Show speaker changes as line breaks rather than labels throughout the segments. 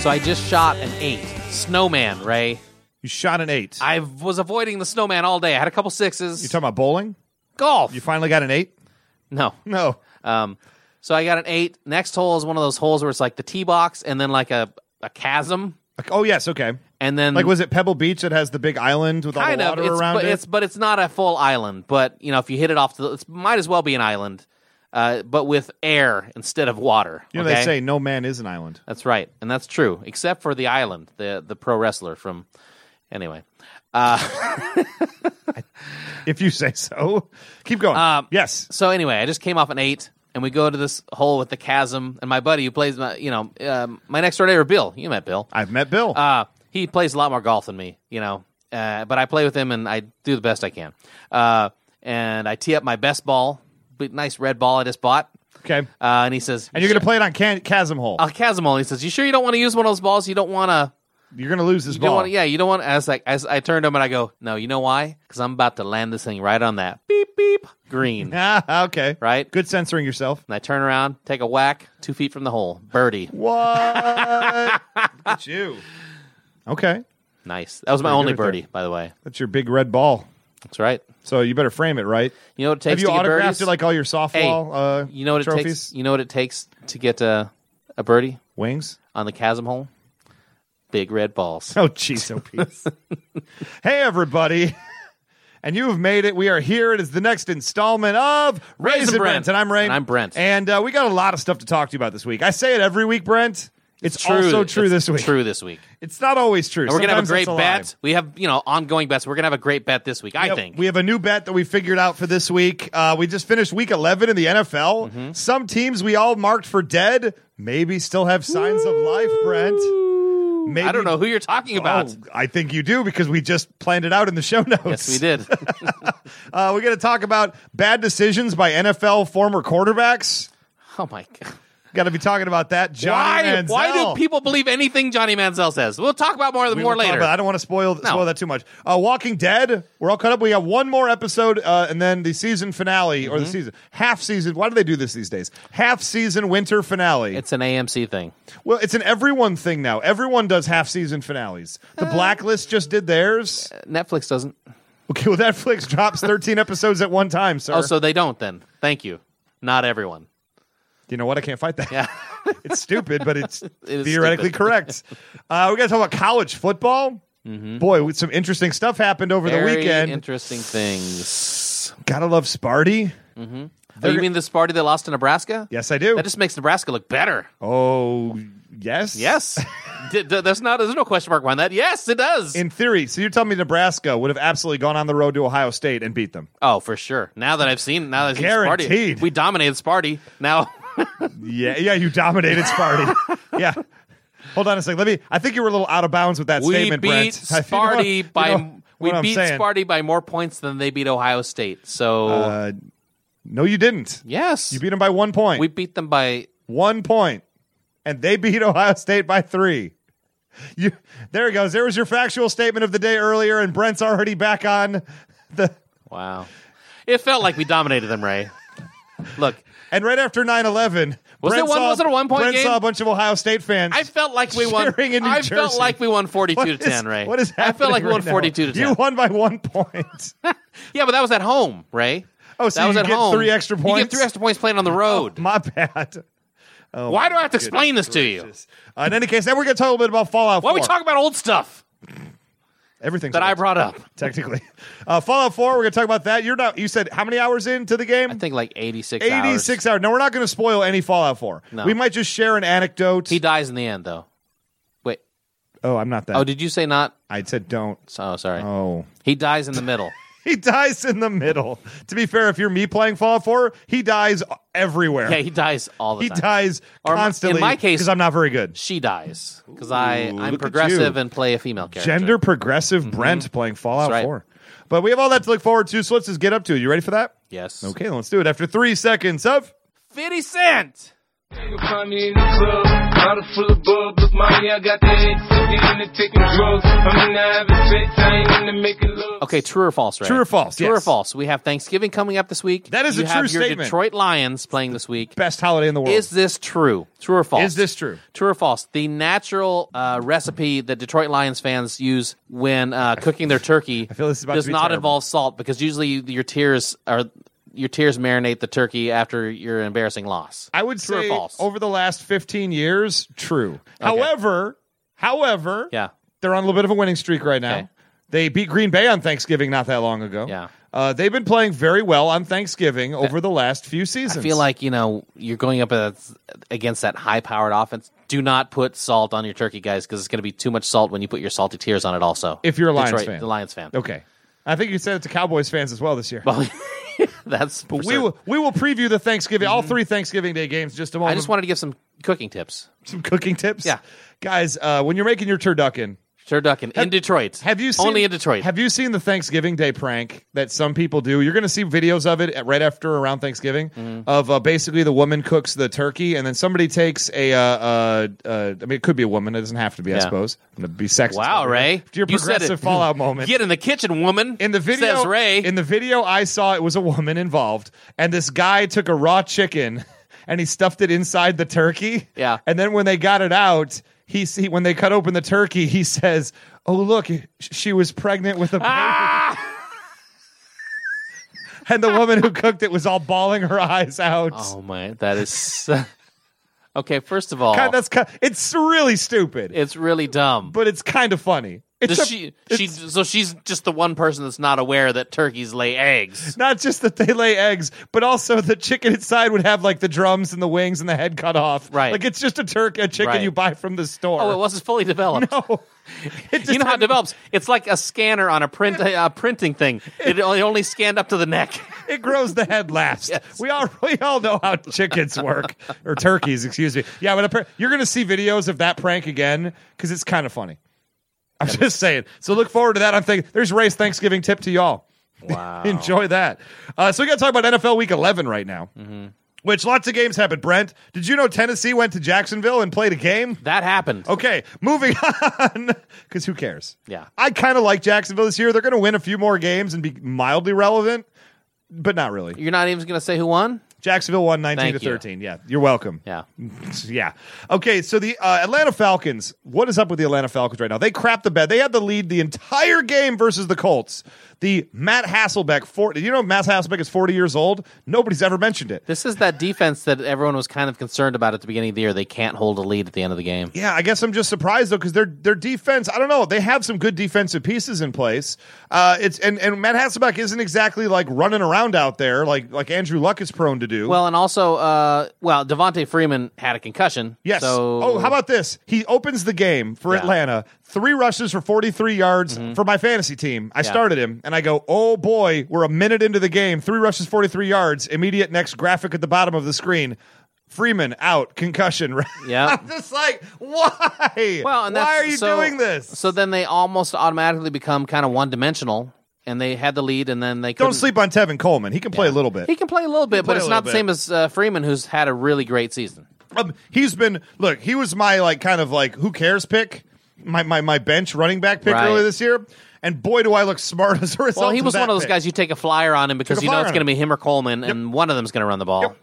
So I just shot an eight. Snowman, Ray.
You shot an eight.
I was avoiding the snowman all day. I had a couple sixes.
You're talking about bowling?
Golf.
You finally got an eight?
no.
No.
Um, so I got an eight. Next hole is one of those holes where it's like the tee box and then like a, a chasm.
Like- Oh yes, okay.
And then
Like was it Pebble Beach that has the big island with all
kind
the
of
water
it's,
around
but
it?
it's but it's not a full island. But you know, if you hit it off, to the, it might as well be an island, uh, but with air instead of water.
you know
okay?
they say no man is an island.
That's right, and that's true, except for the island, the the pro wrestler from. Anyway,
If you say so. Keep going.
Um,
yes.
so anyway, I just came off an eight, and we go to this hole with the chasm, and my buddy who plays my, you know, um, my next door neighbor Bill, you met Bill,
I've met Bill.
uh, he plays a lot more golf than me, you know, uh, but I play with him and I do the best I can, uh, and I tee up my best ball, big, nice red ball I just bought,
okay.
uh, and he says,
and you're going to play it on can- Chasm Hole.
a chasm hole. He says, you sure you don't want to use one of those balls? You don't want to."
you're going to lose this
You
ball.
don't want, yeah, you don't want. As like, as I turned to him and I go, no, you know why? Because I'm about to land this thing right on that beep beep green, and
Ah, okay.
Right?
Good censoring yourself.
I turn around, take a whack, two feet from the hole, birdie.
What? Look at you. Okay.
Nice. That was my
Pretty
only
good right
birdie,
there.
by the way.
That's your big red ball.
That's right.
So you better frame it right.
You know what it
Have
takes
you
to get
autographed
birdies?
it like all your
hey,
softball uh,
you know what it
trophies?
takes. You know what it takes to get a, a birdie
Wings?
on the chasm hole. Big red balls.
Oh, jeez, oh, peace. hey, everybody. And you have made it. We are here. It is the next installment of
Raisin
Raisin Brent.
Brent.
And I'm Ray.
And I'm Brent.
And uh, we got a lot of stuff to talk to you about this week. I say it every week, Brent. It's, also true
It's
this week.
True this week.
It's not always true.
And we're gonna have a
Sometimes
great
it's lie.
bet. We have you know ongoing bets. We're gonna have a great bet this week. I
Yep.
think.
We have a new bet that we figured out for this week. Uh, we just finished week 11 in the NFL.
Mm-hmm.
Some teams we all marked for dead maybe still have signs of life, Brent. Maybe,
I don't know who you're talking about.
Oh, I think you do because we just planned it out in the show notes.
yes, we did.
Uh, we're going to talk about bad decisions by NFL former quarterbacks.
oh my god.
Got to be talking about that. Johnny
Why?
Manziel.
Why do people believe anything Johnny Manziel says? We'll talk about more of
We
more
will talk
later.
about- I don't want to spoil spoil that too much. Uh, Walking Dead, we're all caught up. We have one more episode, uh, and then the season finale or the
Mm-hmm.
season half season. Why do they do this these days? Half season winter finale.
It's an AMC thing.
well, it's an everyone thing now. Everyone does half season finales. The
Uh,
Blacklist just did theirs.
Netflix doesn't.
Okay, well Netflix drops thirteen episodes at one time, sir.
Oh, so they don't then. Thank you. Not everyone.
you know what? I can't fight that.
Yeah.
it's stupid, but it's
is
theoretically
stupid.
correct. Uh, we got to talk about college football. Boy, with some interesting stuff happened over
Mm-hmm. Very
the weekend.
interesting things.
Gotta love Sparty.
Oh, you mean this party they lost to Nebraska?
Yes, I do.
That just makes Nebraska look better.
Oh, yes.
Yes. D- d- There's not. There's no question mark behind that. Yes, it does.
In theory. So you're telling me Nebraska would have absolutely gone on the road to Ohio State and beat them.
oh, for sure. Now that I've seen, now that I've seen Sparty,
Guaranteed.
we dominated Sparty. Now,
Yeah, yeah, you dominated Sparty. yeah. Hold on a second. Let me I think you were a little out of bounds with that
we
statement,
beat
Brent.
Sparty
You know-
by
you know
we
what I'm
beat
saying.
Sparty by more points than they beat Ohio State. So
Uh, no, you didn't.
yes,
You beat them by one point.
we beat them by
one point, and they beat Ohio State by three. You, there it goes. There was your factual statement of the day earlier, and Brent's already back on the.
wow. It felt like we dominated them, Ray. Look,
And right after 9 11,
Was it
Brent,
one-
saw,
was it a one-point
Brent
game?
saw a bunch of Ohio State fans.
I felt like we won.
Cheering in New
I felt
Jersey.
like we won forty-two
What
to
is-
ten, Ray.
What is
I
happening?
felt like we
right
won
now?
forty-two to ten.
You won by one point.
Yeah, but that was at home, Ray.
Oh, so
that
you
was at
get
home.
three extra
You get
points? Oh,
three extra points playing on the road.
My bad.
Why do I have to explain this to you?
Uh, in any case, then we're going to talk a little bit about Fallout 4.
Why are we talking about old stuff
Everything's
that I
old,
brought up?
Technically. Uh, Fallout 4, we're going to talk about that. You're not, You said how many hours into the game?
I think like eighty-six. hours.
86 hours. No, we're not going to spoil any Fallout 4.
No.
We might just share an anecdote.
He dies in the end, though. Wait.
oh, I'm not that.
Oh, did you say not?
I said don't.
Oh, sorry.
Oh.
He dies in the middle.
He dies in the middle. To be fair, if you're me playing Fallout 4, he dies everywhere.
yeah, he dies all the
he
time.
dies
Or in my-
constantly.
in my case-
because I'm not very good.
She dies because I
Ooh,
I'm
look at
progressive
you.
and play a female character.
Gender progressive Brent playing Fallout
Mm-hmm. That's right.
4. But we have all that to look forward to, so let's just get up to it. You ready for that?
Yes.
Okay, let's do it. After three seconds of.
Fifty Cent.
You can find me in the club, bottle full of bub. Look, mommy, I got that. really into taking drugs. I'm into having sex. I ain't into making love.
Okay, true or false, right?
True or false,
True or
yes.
false. We have Thanksgiving coming up this week.
That is
you
a
have
true
your
statement.
Detroit Lions playing this week.
Best holiday in the world.
Is this true? True or false?
Is this true?
True or false? The natural uh, recipe that Detroit Lions fans use when uh, cooking their turkey
feel this is about
does
to be
not
terrible.
involve salt because usually your tears are your tears marinate the turkey after your embarrassing loss.
I would
True or
say
false?
over the last 15 years, true. However, however,
Yeah.
they're on a little bit of a winning streak right now.
Okay.
They beat Green Bay on Thanksgiving not that long ago.
Yeah.
Uh, they've been playing very well on Thanksgiving over the last few seasons.
I feel like you know you're going up a- against that high-powered offense. Do not put salt on your turkey, guys, because it's going to be too much salt when you put your salty tears on it. Also,
If you're a Lions
Detroit-
fan.
the Lions fan,
Okay. I think you said it to Cowboys fans as well this year.
that's for
we
certain.
will we will preview the Thanksgiving all three Thanksgiving Day games in just a moment.
Mm-hmm. I just wanted to give some cooking tips.
some cooking tips.
Yeah.
Guys, uh, when you're making your turducken,
Turducken in Detroit.
Have you seen,
only in Detroit?
Have you seen the Thanksgiving Day prank that some people do? You're going to see videos of it at, right after around Thanksgiving
Mm-hmm.
of uh, basically the woman cooks the turkey and then somebody takes a. Uh, uh, uh, I mean, it could be a woman. It doesn't have to be. I
Yeah.
suppose. I'm going to be sexist.
wow,
over
Ray,
here. To your
you said
progressive
it.
fallout moment.
Get in the kitchen, woman.
in the video,
says Ray.
in the video I saw, it was a woman involved, and this guy took a raw chicken and he stuffed it inside the turkey.
Yeah.
and then when they got it out, he see when they cut open the turkey, he says, "Oh look, sh- she was pregnant with a baby." and the woman who cooked it was all bawling her eyes out.
oh my, that is okay. First of all,
God, that's ki- it's really stupid,
it's really dumb.
but it's kind of funny. It's
Does
a-
she,
it's
she, so she's just the one person that's not aware that turkeys lay eggs.
not just that they lay eggs, but also the chicken inside would have like the drums and the wings and the head cut off.
Right.
Like it's just a turk, a chicken
Right.
you buy from the store.
Oh, it wasn't fully developed.
No. It just
you know how
had-
it develops. It's like a scanner on a print a printing thing. It only only scanned up to the neck.
It grows the head last.
Yes.
We all we all know how chickens work or turkeys, excuse me. Yeah, but appar- you're gonna see videos of that prank again because it's kind of funny. I'm just saying. So look forward to that. I'm thinking there's Ray's Thanksgiving tip to y'all.
Wow.
Enjoy that. Uh, so we got to talk about NFL Week 11 right now, which lots of games happened. Brent, did you know Tennessee went to Jacksonville and played a game?
That happened.
Okay, moving on, because who cares?
Yeah.
I kind of like Jacksonville this year. They're going to win a few more games and be mildly relevant, but not really.
You're not even going to say who won?
Jacksonville won 19
Thank
to
you.
13. Yeah, you're welcome.
Yeah.
Yeah. Okay, so the uh, Atlanta Falcons, what is up with the Atlanta Falcons right now? They crap the bed. They had the lead the entire game versus the Colts. The Matt Hasselbeck, 40, you know Matt Hasselbeck is 40 years old? Nobody's ever mentioned it.
This is that defense that everyone was kind of concerned about at the beginning of the year. They can't hold a lead at the end of the game.
Yeah, I guess I'm just surprised though because their their defense. I don't know. They have some good defensive pieces in place. Uh, it's and and Matt Hasselbeck isn't exactly like running around out there like like Andrew Luck is prone to do.
Well, and also, uh, well, Devontae Freeman had a concussion.
Yes.
So,
oh, how about this? He opens the game for
Yeah. Mm-hmm.
Atlanta. Three rushes for 43 yards for my fantasy team. I started him and I go, oh boy, we're a minute into the game. Three rushes, 43 yards. Immediate next graphic at the bottom of the screen. Freeman out, concussion.
Yeah.
I'm just like, why?
Well, and
why
that's-
are you
so-
doing this?
So then they almost automatically become kind of one dimensional, and they had the lead, and then they
Don't
couldn't-
sleep on Tevin Coleman. He can play a little bit.
He can play a little bit, but
play a
it's
little
not the
bit.
same as uh, Freeman, who's had a really great season.
Um, he's been look. He was my like kind of like who cares pick. My my my bench running back pick
Right.
earlier this year, and boy do I look smart as a result.
Well, he was
that
one of those
pick.
guys you take a flyer on him because
Took a
you know
flyer
it's
on
going to
him.
be him or Coleman, and one of them's going to run the ball.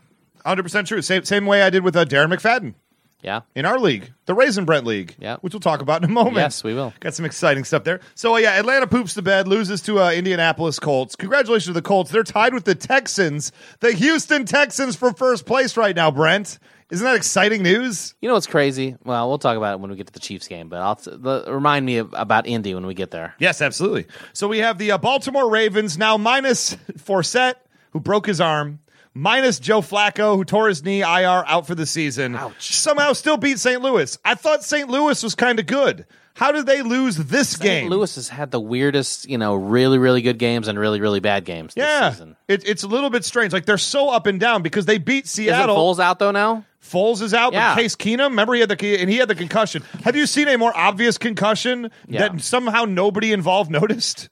Hundred percent Oh, true. Same same way I did with uh, Darren McFadden
Yeah.
in our league, the Raisin Brent League,
Yep.
which we'll talk about in a moment.
Yes, we will.
Got some exciting stuff there. So uh, yeah, Atlanta poops the bed, loses to uh, Indianapolis Colts. Congratulations to the Colts. They're tied with the Texans, the Houston Texans, for first place right now. Brent, isn't that exciting news?
You know what's crazy? Well, we'll talk about it when we get to the Chiefs game, but I'll t- the, remind me of, about Indy when we get there.
Yes, absolutely. So we have the uh, Baltimore Ravens now minus Forsett, who broke his arm, minus Joe Flacco, who tore his knee, IR out for the season.
Ouch.
Somehow still beat St. Louis. I thought St. Louis was kind of good. How did they lose this game?
St. Louis has had the weirdest, you know, really, really good games and really, really bad games this
Yeah,
season.
it, it's a little bit strange. Like they're so up and down because they beat
Isn't
Seattle.
Foles out though now?
Foles is out,
Yeah.
but Case Keenum, remember he had the and he had the concussion. Have you seen a more obvious concussion
Yeah.
that somehow nobody involved noticed?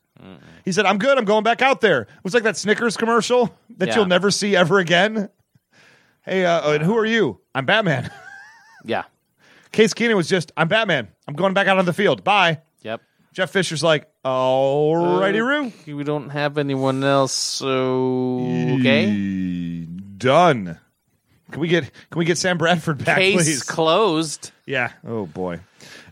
He said, "I'm good. I'm going back out there." It was like that Snickers commercial that
Yeah.
you'll never see ever again. uh, Hey, uh, and who are you? I'm Batman.
Yeah.
Case Keenum was just, "I'm Batman. I'm going back out on the field. Bye.
Yep.
Jeff Fisher's like, alrighty,
Uh,
Roo.
We don't have anyone else, so okay.
E- Done. Can we get can we get Sam Bradford back,
Case
please?
closed.
yeah. Oh boy.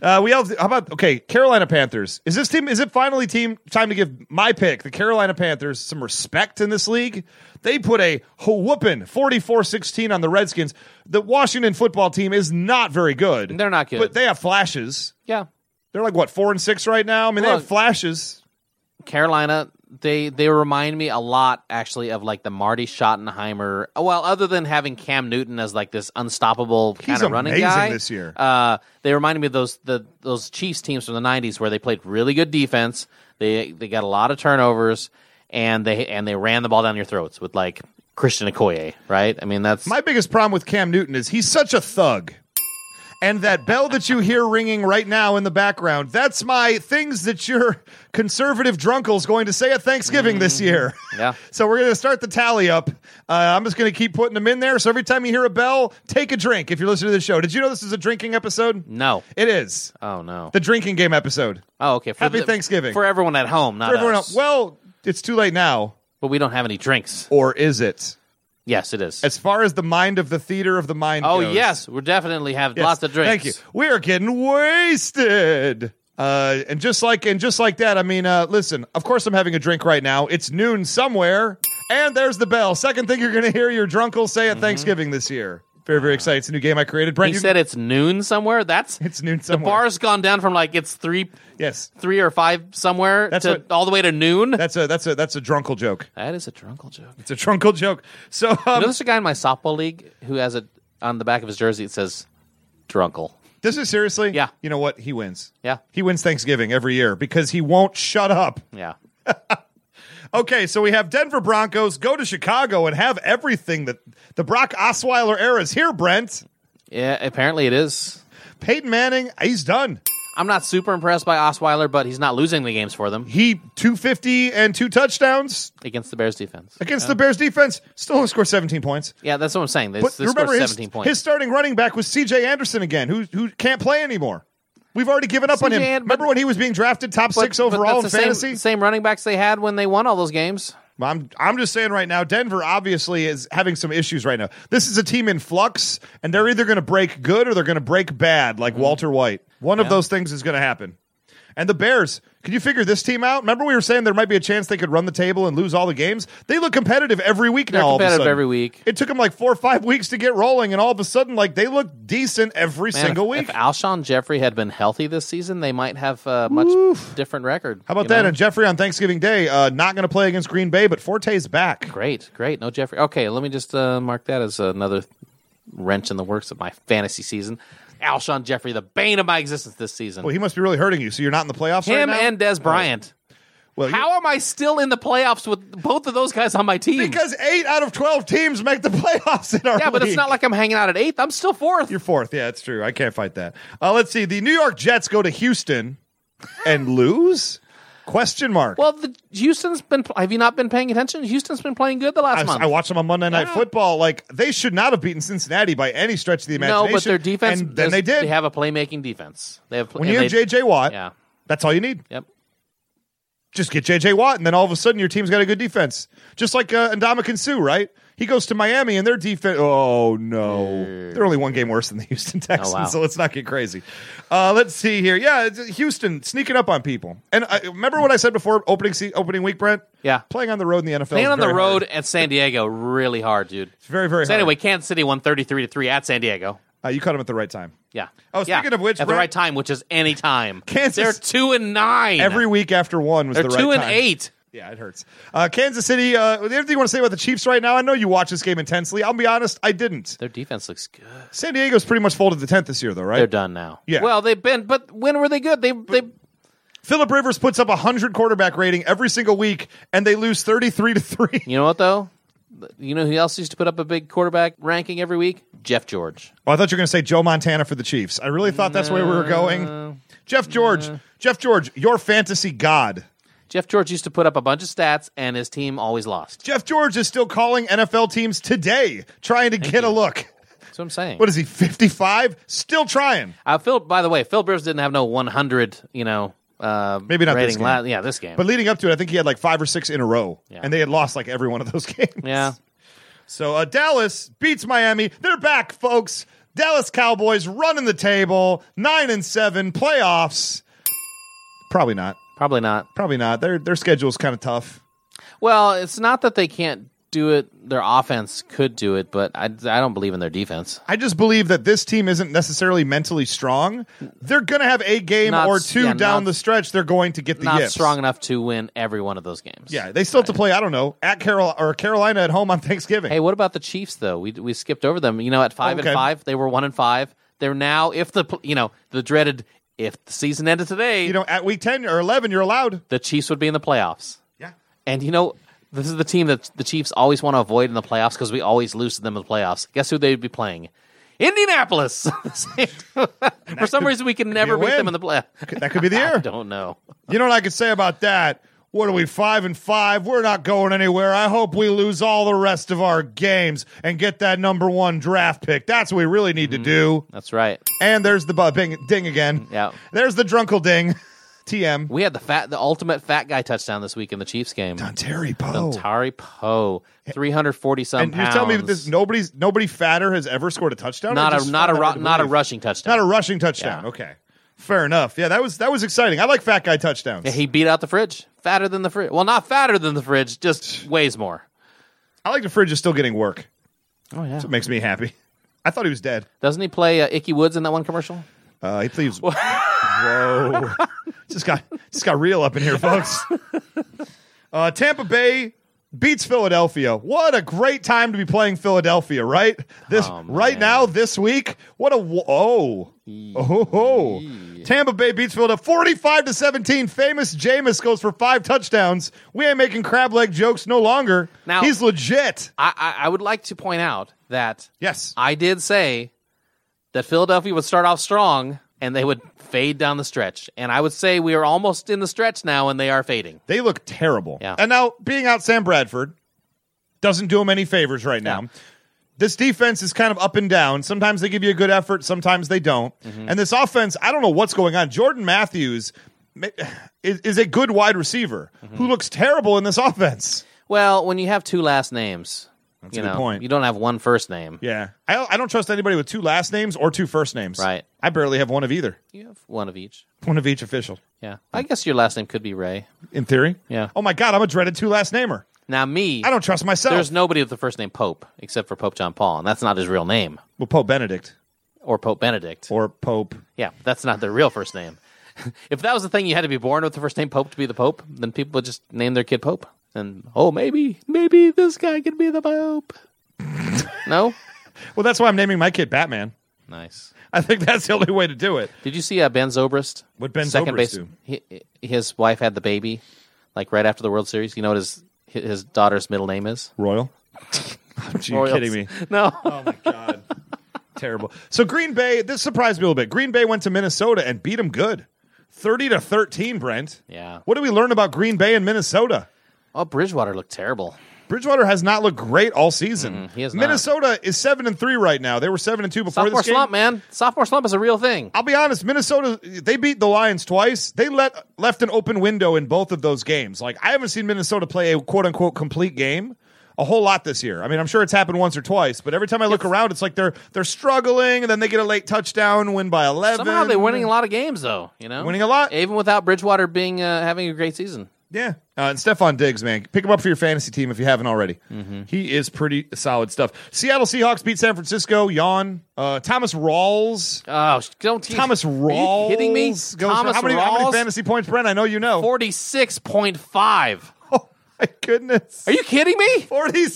Uh, we all. How about okay? Carolina Panthers. Is this team? Is it finally team time to give my pick, the Carolina Panthers, some respect in this league? They put a whooping 44-16 on the Redskins. The Washington football team is not very good.
They're not good.
but they have flashes.
yeah.
They're like what four and six right now. I mean, they
Look.
have flashes.
Carolina, they they remind me a lot actually of like the Marty Schottenheimer. Well, other than having Cam Newton as like this unstoppable kind of running
amazing
guy
this year.
uh, they reminded me of those the those Chiefs teams from the '90s where they played really good defense. They they got a lot of turnovers and they and they ran the ball down your throats with like Christian Okoye, right? I mean that's
My biggest problem with Cam Newton is he's such a thug. And that bell that you hear ringing right now in the background, that's my things that your conservative drunkle's going to say at Thanksgiving this year.
Mm-hmm. Yeah.
so we're going to start the tally up. Uh, I'm just going to keep putting them in there. So every time you hear a bell, take a drink if you're listening to the show. Did you know this is a drinking episode?
no.
It is.
Oh no.
The drinking game episode.
oh okay. For
Happy
the-
Thanksgiving.
for everyone at home, not
For everyone
us.
else. Well, it's too late now.
but we don't have any drinks.
Or is it?
Yes, it is.
As far as the mind of the theater of the mind
Oh
goes,
yes, we definitely have
Yes.
lots of drinks.
Thank you. We are getting wasted. Uh, and just like and just like that, I mean, uh, listen. Of course, I'm having a drink right now. It's noon somewhere, and there's the bell. Second thing you're going to hear your drunkle say at Thanksgiving this year. Very very excited. It's a new game I created. Brent,
Mm-hmm. He
you-
said it's noon somewhere. That's
it's noon
the
somewhere.
bar's gone down from like it's three,
yes,
three or five somewhere
That's
to
what-
all the way to noon.
that's a that's a that's a drunkle joke.
that is a drunkle joke.
It's a drunkle joke. So um,
You know, there's a guy in my softball league who has it on the back of his jersey. It says drunkle.
this is seriously.
Yeah.
You know what? He wins.
Yeah.
He wins Thanksgiving every year because he won't shut up.
Yeah,
Okay, so we have Denver Broncos go to Chicago and have everything that the Brock Osweiler era is here, Brent.
yeah. Apparently it is.
Peyton Manning, he's done.
I'm not super impressed by Osweiler, but he's not losing the games for them
He 250 and two touchdowns
against the Bears defense.
against the Bears defense. Still only scored 17 points.
Yeah, that's what I'm saying. They,
But
they scored
remember,
17
his,
points.
his starting running back was CJ Anderson again, who who can't play anymore. We've already given up on
C.J.
him.
An-
remember
but-
when he was being drafted top six overall
that's
in
the same-
fantasy?
same running backs they had when they won all those games.
I'm I'm just saying right now, Denver obviously is having some issues right now. This is a team in flux, and they're either going to break good or they're going to break bad,
Mm-hmm.
like Walter White. One of those things is going to happen. And the Bears, can you figure this team out? Remember, we were saying there might be a chance they could run the table and lose all the games. They look competitive every week
They're
now. all of a
competitive
sudden.
every week.
It took them like four or five weeks to get rolling, and all of a sudden, like they look decent every
Man,
single
if,
week.
If Alshon Jeffrey had been healthy this season, they might have a much different record.
How about that? And Jeffrey on Thanksgiving Day, uh, not going to play against Green Bay, but Forte's back.
great, great. No Jeffrey. Okay, let me just uh, mark that as another wrench in the works of my fantasy season. Alshon Jeffrey, the bane of my existence this season.
Well, he must be really hurting you, so you're not in the playoffs right
Him
now?
and Des Bryant.
Well, you-
How am I still in the playoffs with both of those guys on my team?
Because eight out of twelve teams make the playoffs in our
yeah, but it's
league.
not like I'm hanging out at eighth. I'm still fourth.
you're fourth. Yeah, it's true. I can't fight that. Uh, let's see. The New York Jets go to Houston and lose? Question mark.
well, the Houston's been. Have you not been paying attention? Houston's been playing good the last
I,
month.
I watched them on Monday Night
Yeah.
Football. Like they should not have beaten Cincinnati by any stretch of the imagination.
no, but their defense.
and then
there's-
they did.
They have a playmaking defense. They have.
when
and
you have
they-
JJ Watt,
Yeah.
that's all you need.
Yep.
Just get JJ Watt, and then all of a sudden your team's got a good defense. Just like uh, Ndamukong Sue, right? He goes to Miami, and their defense. Oh no, they're only one game worse than the Houston Texans.
Oh, wow.
So let's not get crazy. Uh, let's see here. Yeah, it's- uh, Houston sneaking up on people. And I, remember what I said before opening se- opening week, Brent.
Yeah.
playing on the road in the NFL.
Playing
is
on the
very
road
hard.
at San Diego really hard, dude.
it's very very.
So
hard.
anyway, Kansas City won thirty three to three at San Diego.
uh, you caught him at the right time.
Yeah.
Oh,
Yeah.
speaking of which,
at the
Brett-
right time, which is any time.
Kansas-
They're two and nine.
Every week after one was
They're
the right
two and
time.
eight.
Yeah, it hurts. Uh, Kansas City. Uh, anything you want to say about the Chiefs right now? I know you watch this game intensely. I'll be honest, I didn't.
Their defense looks good.
San Diego's pretty much folded the tenth this year, though,
They're
right?
done now.
Yeah.
Well, they've been, but when were they good? They they
Philip Rivers puts up a hundred quarterback rating every single week, and they lose thirty-three to three.
you know what though? You know who else used to put up a big quarterback ranking every week? Jeff George.
Oh, I thought you were going to say Joe Montana for the Chiefs. I really thought that's where we were going. Jeff George, Jeff George, your fantasy god.
Jeff George used to put up a bunch of stats, and his team always lost.
Jeff George is still calling NFL teams today, trying to get a look.
That's what I'm saying.
What is he, 55? Still trying.
Uh, Phil, by the way, Phil Rivers didn't have no 100, you know, uh,
Maybe not this
rating
game.
la- yeah, this game.
But leading up to it, I think he had like five or six in a row, and they had lost like every one of those games.
yeah,
So uh, Dallas beats Miami. They're back, folks. Dallas Cowboys running the table, nine and seven playoffs. Probably not.
probably not.
Probably not. Their their schedule's kind of tough.
Well, it's not that they can't do it. Their offense could do it, but I, I don't believe in their defense.
I just believe that this team isn't necessarily mentally strong. They're going to have a game
Not
or
s-
two
yeah,
down
not-
the stretch. They're going to get the
Not
yips.
strong enough to win every one of those games.
Yeah, they still have to play. I don't know at Carol or Carolina at home on Thanksgiving.
Hey, what about the Chiefs though? We we skipped over them. You know, at five
Okay.
and five, they were one and five. They're now, if the pl- you know the dreaded if the season ended today,
you know, at week ten or eleven, you're allowed.
the Chiefs would be in the playoffs.
Yeah,
And you know, this is the team that the Chiefs always want to avoid in the playoffs because we always lose to them in the playoffs. Guess who they'd be playing? Indianapolis. For some reason, we can never beat
win.
them in the playoffs.
that could be the
I
year.
don't know.
You know what I could say about that? What are we, five and five? We're not going anywhere. I hope we lose all the rest of our games and get that number one draft pick. That's what we really need
Mm-hmm.
to do.
That's right.
And there's the bu- bing, ding again.
Mm, Yeah.
There's the drunkle ding. TM.
We had the fat, the ultimate fat guy touchdown this week in the Chiefs game.
Terry Poe.
Tari Poe, three hundred forty some
And
pounds.
you're telling me that this nobody's nobody fatter has ever scored a touchdown? I
not
just
a not a
find that hard
ru-
to
not a
believe.
rushing touchdown.
Not a rushing touchdown.
Yeah.
Okay. Fair enough. Yeah, that was that was exciting. I like fat guy touchdowns.
he beat out the fridge. Fatter than the fridge. Well, not fatter than the fridge. Just weighs more.
I like the fridge is still getting work.
Oh yeah.
It makes me happy. I thought he was dead.
Doesn't he play uh, Icky Woods in that one commercial?
Uh, he pleads. Whoa! just got just got real up in here, folks. Uh, Tampa Bay beats Philadelphia. What a great time to be playing Philadelphia, right? This
Oh,
right
man.
now, this week. What a wo- oh oh, oh. Tampa Bay beats Philadelphia forty-five to seventeen. Famous Jameis goes for five touchdowns. We ain't making crab leg jokes no longer.
Now-
he's legit.
I, I, I would like to point out that
Yes,
I did say that Philadelphia would start off strong and they would fade down the stretch. And I would say we are almost in the stretch now and they are fading.
They look terrible.
Yeah.
And now being out Sam Bradford doesn't do him any favors right now.
No.
This defense is kind of up and down. Sometimes they give you a good effort, sometimes they don't.
Mm-hmm.
And this offense, I don't know what's going on. Jordan Matthews ma- is, is a good wide receiver
Mm-hmm.
who looks terrible in this offense.
Well, when you have two last names, you
a good
know,
point.
you don't have one first name.
Yeah. I, I don't trust anybody with two last names or two first names.
Right.
I barely have one of either,
You have one of each.
one of each official,
Yeah. I guess your last name could be Ray.
in theory.
Yeah.
Oh my God, I'm a dreaded two last namer.
Now, me,
I don't trust myself.
there's nobody with the first name Pope except for Pope John Paul, and that's not his real name,
well, Pope Benedict
or Pope Benedict.
or Pope.
Yeah, that's not their real first name. if that was the thing, you had to be born with the first name Pope to be the Pope, then people would just name their kid Pope. And oh, maybe, maybe this guy could be the Pope. no,
Well, that's why I'm naming my kid Batman.
nice.
I think that's the only way to do it.
Did you see uh, Ben Zobrist?
What'd Ben Zobrist do?
He, his wife had the baby, like right after the World Series. You know what his his daughter's middle name is?
Royal? You're
Royals.
kidding me.
No.
Oh my god. Terrible. So Green Bay, this surprised me a little bit. Green Bay went to Minnesota and beat them good. 30 to 13, Brent.
Yeah.
What do we learn about Green Bay and Minnesota?
Oh, Bridgewater looked terrible.
Bridgewater has not looked great all season.
he has not.
Minnesota is 7 and 3 right now. They were 7 and 2 before
Sophomore
this game.
slump, man. Sophomore slump is a real thing.
I'll be honest, Minnesota they beat the Lions twice. They let left an open window in both of those games. Like I haven't seen Minnesota play a quote unquote complete game a whole lot this year. I mean, I'm sure it's happened once or twice, but every time I look around, it's like they're they're struggling and then they get a late touchdown, win by 11.
Somehow they're winning a lot of games, though. You know,
Winning a lot.
even without Bridgewater being uh, having a great season.
Yeah. Uh, and Stefan Diggs, man, pick him up for your fantasy team if you haven't already.
Mm-hmm.
He is pretty solid stuff. Seattle Seahawks beat San Francisco. Yawn. Uh, Thomas Rawls.
Oh, sh- don't you,
Thomas
Are
Rawls.
you kidding me?
goes for- how many, how many fantasy points, Brent? I know you know.
forty-six point five.
Oh my goodness.
Are you kidding me?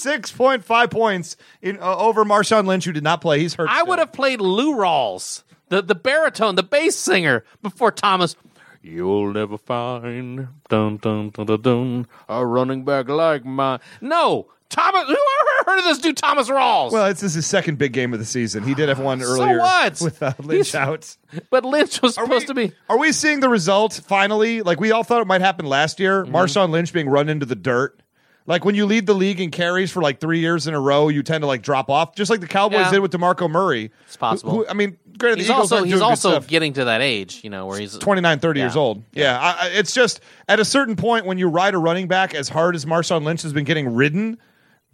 46.5 points in uh, over Marshawn Lynch, who did not play. He's hurt.
I
still.
would have played Lou Rawls, the the baritone, the bass singer, before Thomas. You'll never find dun dun dun dun, dun a running back like mine. No, Thomas. Who ever heard of this dude, Thomas Rawls?
Well, it's, this is his second big game of the season. He did have one
So
earlier
what?
with uh, Lynch
He's-
out.
but Lynch was supposed to be.
Are we
Mm-hmm.
seeing the result finally? Like we all thought it might happen last year. Marshawn Lynch being run into the dirt. Like when you lead the league in carries for like three years in a row, you tend to like drop off, just like the Cowboys
Yeah.
did with Demarco Murray. It's
possible.
I mean, granted,
He's
the Eagles
also
aren't
he's
doing good
also
stuff.
getting to that age, you know, where he's
29, 30
Yeah.
years old. Yeah. I, I, it's just at a certain point when you ride a running back as hard as Marshawn Lynch has been getting ridden,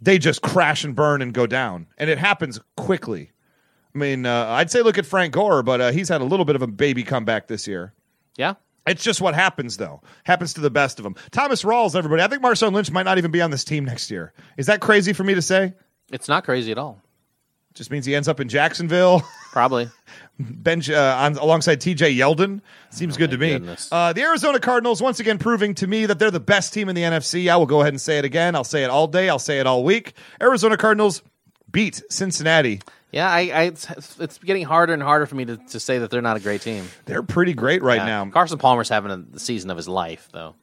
they just crash and burn and go down. And it happens quickly. I mean, uh, I'd say look at Frank Gore, but uh, he's had a little bit of a baby comeback this year.
Yeah.
It's just what happens, though. Happens to the best of them. Thomas Rawls, everybody. I think Marshawn Lynch might not even be on this team next year. Is that crazy for me to say?
It's not crazy at all.
Just means he ends up in Jacksonville.
Probably.
bench uh, on, alongside TJ Yeldon. Seems good to me.
Oh goodness.
Uh, the Arizona Cardinals once again proving to me that they're the best team in the NFC. I will go ahead and say it again. I'll say it all day. I'll say it all week. Arizona Cardinals beat Cincinnati.
Yeah, I, I it's, it's getting harder and harder for me to, to say that they're not a great team.
They're pretty great right
Yeah.
now.
Carson Palmer's having a, the season of his life, though.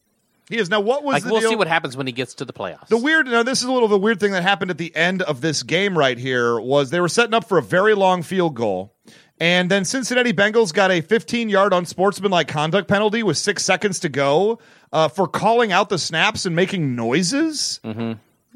He is now. What was
Like
the
we'll
deal?
see what happens when he gets to the playoffs.
The weird, now this is a little of a weird thing that happened at the end of this game right here was they were setting up for a very long field goal, and then Cincinnati Bengals got a 15 yard unsportsmanlike conduct penalty with six seconds to go uh, for calling out the snaps and making noises.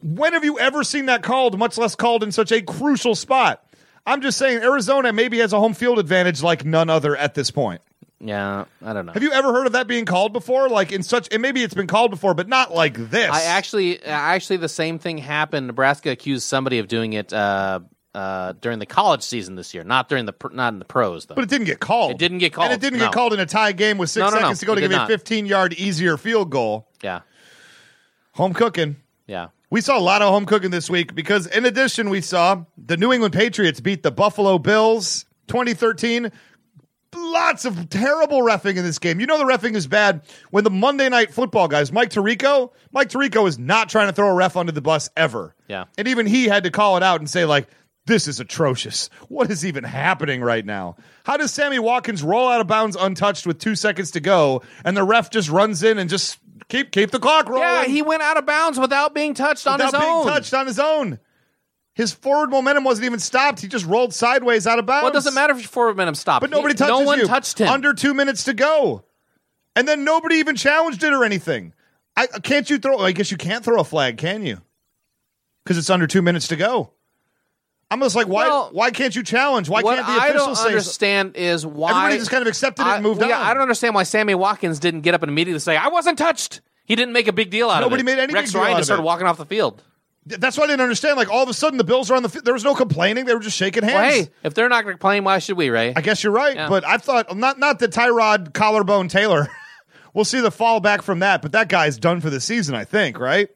When have you ever seen that called, much less called in such a crucial spot? I'm just saying Arizona maybe has a home field advantage like none other at this point.
yeah, I don't know.
Have you ever heard of that being called before? Like in such, and maybe it's been called before, but not like this.
I actually, actually, the same thing happened. Nebraska accused somebody of doing it uh, uh, during the college season this year, not during the pr- not in the pros though.
But it didn't get called.
It didn't get called,
And it didn't
no.
get called in a tie game with six
No, no, no,
seconds to go
it
to
did
give
not.
a 15 yard easier field goal.
yeah,
Home cooking.
yeah,
We saw a lot of home cooking this week because, in addition, we saw the New England Patriots beat the Buffalo Bills 2013. Lots of terrible refing in this game. You know the refing is bad when the Monday night football guys, Mike Tirico, Mike Tirico is not trying to throw a ref under the bus ever.
Yeah.
And even he had to call it out and say, like, this is atrocious. What is even happening right now? How does Sammy Watkins roll out of bounds untouched with two seconds to go and the ref just runs in and just keep keep the clock rolling?
yeah. He went out of bounds without being touched
Oh, without
on his
being
own.
touched on his own. His forward momentum wasn't even stopped. He just rolled sideways out of bounds.
Well, it doesn't matter if your forward momentum stopped.
But nobody
He-
touches
No one
you.
touched him.
Under two minutes to go, and then nobody even challenged it or anything. I uh, can't you throw. I guess you can't throw a flag, can you? Because it's under two minutes to go. I'm just like, why?
Well,
why can't you challenge? Why
what
can't the
I
officials
don't
say? so-
understand is why
Everybody just kind of accepted it
I,
and moved
we-
on.
I don't understand why Sammy Watkins didn't get up and immediately say, "I wasn't touched." He didn't make a big deal out
Nobody
of it.
made any
Rex
big deal
Ryan
out
just
of
started
it.
walking off the field.
That's why I didn't understand. Like all of a sudden, the Bills are on the. fi- There was no complaining. They were just shaking hands.
Well, hey, if they're not going to play, why should we, Ray?
I guess you're right,
Yeah.
but I thought not not the Tyrod collarbone Taylor. we'll see the fallback from that, but that guy's done for the season, I think, right?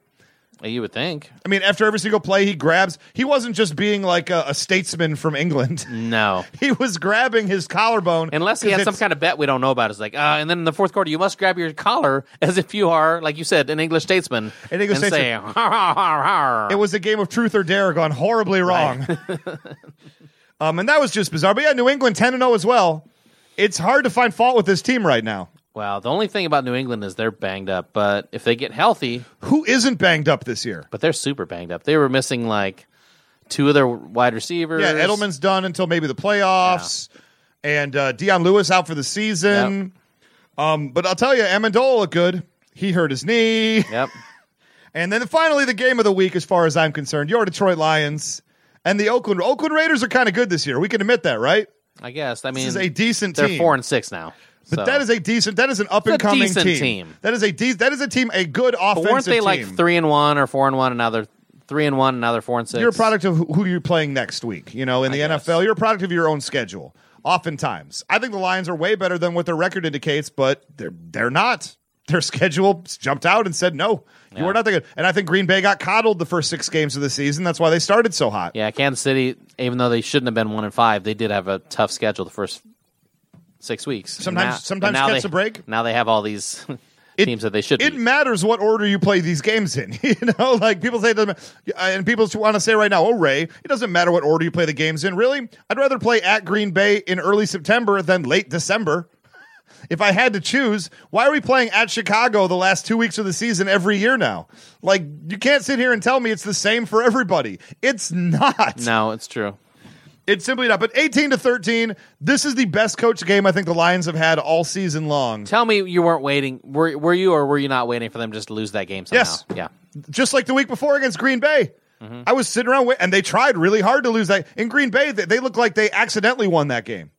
you would think.
I mean, after every single play, he grabs. He wasn't just being like a, a statesman from England.
No.
he was grabbing his collarbone.
Unless he had some kind of bet we don't know about. It's like, uh, and then in the fourth quarter, you must grab your collar as if you are, like you said, an English statesman.
An English
and say,
statesman.
"Har, har, har, har."
It was a game of truth or dare gone horribly wrong. um, and that was just bizarre. But yeah, New England ten and zero as well. It's hard to find fault with this team right now.
Well, the only thing about New England is they're banged up, but if they get healthy,
Who isn't banged up this year?
but they're super banged up. They were missing like two of their wide receivers.
Yeah, Edelman's done until maybe the playoffs, and uh, Deion Lewis out for the season. Um, but I'll tell you, Amendola looked good. He hurt his knee,
Yep.
and then finally the game of the week, as far as I'm concerned, your Detroit Lions and the Oakland Oakland Raiders are kind of good this year. We can admit that, right?
I guess. I mean,
This is a decent
they're
team.
four and six now.
but that is a decent. That is an up and coming
decent
team.
team.
That is a de- that is a team. A good offensive
weren't they
team.
like three and one or four and one, and now they're three and one, and now they're four and 6
You're a product of who- who you're playing next week. You know, in the NFL, you're a product of your own schedule. Oftentimes, I think the Lions are way better than what their record indicates, but they're they're not. Their schedule jumped out and said, "No, you are not that good." And I think Green Bay got coddled the first six games of the season. That's why they started so hot.
Yeah, Kansas City, even though they shouldn't have been one and five, they did have a tough schedule the first six weeks. And
Sometimes-
and
sometimes
now
catch
they-
a break.
Now they have all these teams that they should.
It
beat.
matters what order you play these games in. You know, like people say, it doesn't ma- and people want to say right now, "Oh, Ray, it doesn't matter what order you play the games in." Really, I'd rather play at Green Bay in early September than late December. If I had to choose, why are we playing at Chicago the last two weeks of the season every year now? Like, you can't sit here and tell me it's the same for everybody. It's not.
no, it's true.
It's simply not. But 18 to 13, this is the best coach game I think the Lions have had all season long.
Tell me you weren't waiting. Were, were you or were you not waiting for them just to lose that game somehow?
Yes.
Yeah.
Just like the week before against Green Bay.
Mm-hmm.
I was sitting around, wait- and they tried really hard to lose that. In Green Bay, they, they looked like they accidentally won that game.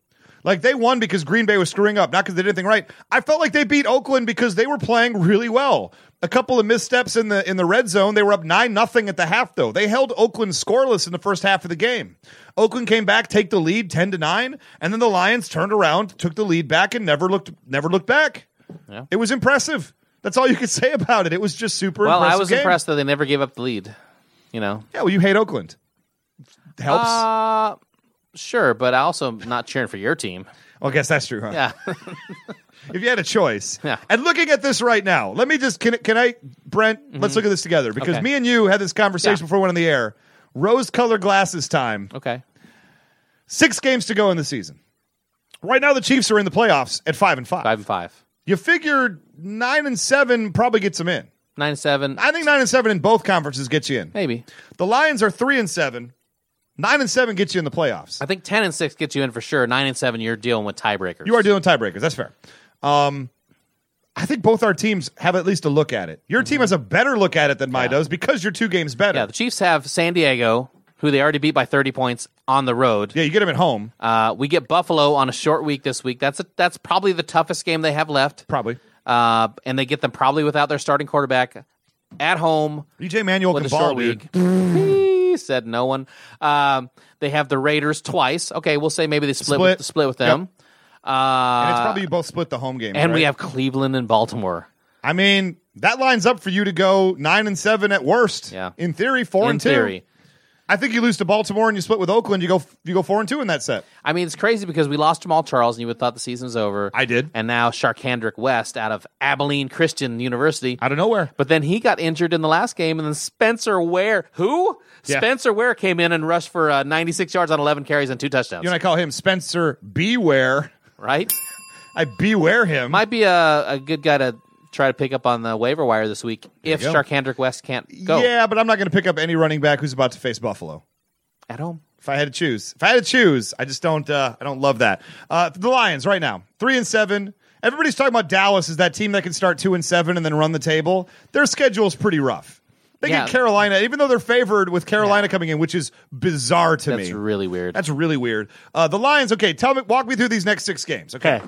Like they won because Green Bay was screwing up, not because they did anything right. I felt like they beat Oakland because they were playing really well. A couple of missteps in the in the red zone. They were up nine nothing at the half, though. They held Oakland scoreless in the first half of the game. Oakland came back, take the lead, ten to nine, and then the Lions turned around, took the lead back, and never looked never looked back.
Yeah.
It was impressive. That's all you could say about it. It was just super.
Well,
impressive
I was
game.
impressed that they never gave up the lead. You know,
Yeah, well, you hate Oakland. Helps.
uh, sure, but I also am not cheering for your team.
well, I guess that's true, huh?
Yeah,
If you had a choice.
Yeah.
And looking at this right now, let me just can can I Brent, let's look at this together
Mm-hmm.
because
Okay.
me and you had this
Yeah.
conversation before we went on the air. Rose colored glasses time.
okay.
Six games to go in the season. Right now the Chiefs are in the playoffs at five and five.
Five and five,
You figure nine and seven probably gets them in.
nine and seven,
I think nine and seven in both conferences gets you in.
maybe.
The Lions are three and seven. Nine and seven gets you in the playoffs.
I think ten and six gets you in for sure. Nine and seven, you're dealing with tiebreakers.
You are dealing with tiebreakers. That's fair. Um, I think both our teams have at least a look at it. Your team has a better look at it than mine does because you're two games better.
Mm-hmm. Yeah, the Chiefs have San Diego, who they already beat by thirty points on the road.
Yeah, you get them at home,
Uh, we get Buffalo on a short week this week. That's a, that's probably the toughest game they have left.
probably.
Uh, and they get them probably without their starting quarterback at home.
EJ Manuel
with
can
a
ball,
short
dude.
week. He said no one. Um, they have the Raiders twice. Okay, we'll say maybe they split
Split.
With, split with them. Uh,
And
and
it's probably you both split the home game.
we have Cleveland and Baltimore.
I mean, that lines up for you to go nine and seven at worst.
Yeah.
In theory, four
in
and two.
theory,
I think you lose to Baltimore and you split with Oakland. You go you go four and two in that set.
I mean it's crazy because we lost Jamal Charles, and you would have thought the season's over.
I did.
and now Sharkhandrick West out of Abilene Christian University.
Out of nowhere.
But then he got injured in the last game, and then Spencer Ware, who
Yeah.
Spencer Ware came in and rushed for uh, 96 yards on 11 carries and two touchdowns.
You and I call him Spencer Beware.
right?
I beware him.
Might be a, a good guy to try to pick up on the waiver wire this week if
you go.
Sharkhandrick West can't go
Yeah, but I'm not going to pick up any running back who's about to face Buffalo.
at home.
if I had to choose, if I had to choose, I just don't. Uh, I don't love that. Uh, the Lions right now, three and seven. Everybody's talking about Dallas as that team that can start two and seven and then run the table. Their schedule's pretty rough. They
Yeah.
get Carolina, even though they're favored with Carolina coming in, which is bizarre to
That's
me.
really weird.
That's really weird. Uh, the Lions. Okay, tell me, walk me through these next six games. Okay,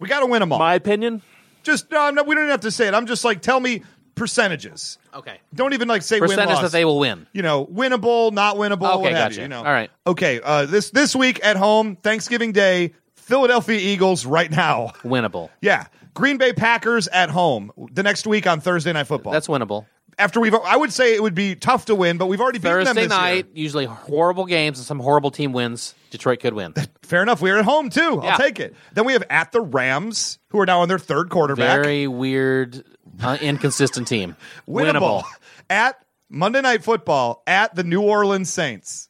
we got to win them all.
My opinion?
just uh, no, I'm not, we don't even have to say it. I'm just like, tell me percentages.
Okay.
Don't even like say win,
Percentage
loss
that they will win.
you know, winnable, not winnable,
Okay,
what have
gotcha.
you. you know.
All right.
Okay. Uh, this this week at home, Thanksgiving Day, Philadelphia Eagles right now.
Winnable.
Yeah. Green Bay Packers at home the next week on Thursday Night Football.
That's winnable.
after we've. I would say it would be tough to win, but we've already beaten them
Thursday
this year.
night, usually horrible games and some horrible team wins. Detroit could win.
Fair enough. We're at home too.
Yeah.
I'll take it. Then we have at the Rams, who are now on their third quarterback.
Very weird, uh, inconsistent team.
winnable. At Monday Night Football at the New Orleans Saints.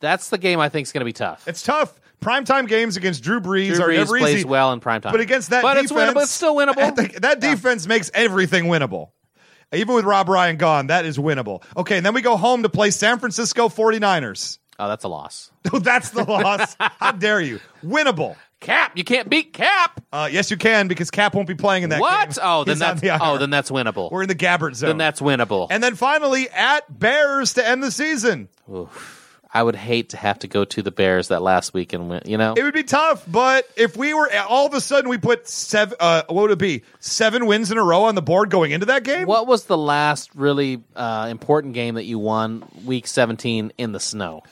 That's the game I think is going to be tough.
It's tough. Primetime games against Drew Brees
Drew
are
Brees
never
plays
easy.
well in primetime.
But against that
but
defense,
it's winnable. It's still
I
winnable.
think That defense makes everything winnable. Even with Rob Ryan gone, that is winnable. Okay, and then we go home to play San Francisco 49ers.
oh, that's a loss.
That's the loss. How dare you? Winnable.
Cap, you can't beat Cap.
Uh, yes, you can because Cap won't be playing in that
What?
game.
Oh, then
He's on
that's
the
oh,
IR.
then that's winnable.
we're in the Gabbert zone.
then that's winnable.
and then finally at Bears to end the season.
I would hate to have to go to the Bears that last week and win. You know,
It would be tough, but if we were all of a sudden we put seven, uh, what would it be? Seven wins in a row on the board going into that game.
what was the last really uh, important game that you won Week 17 in the snow?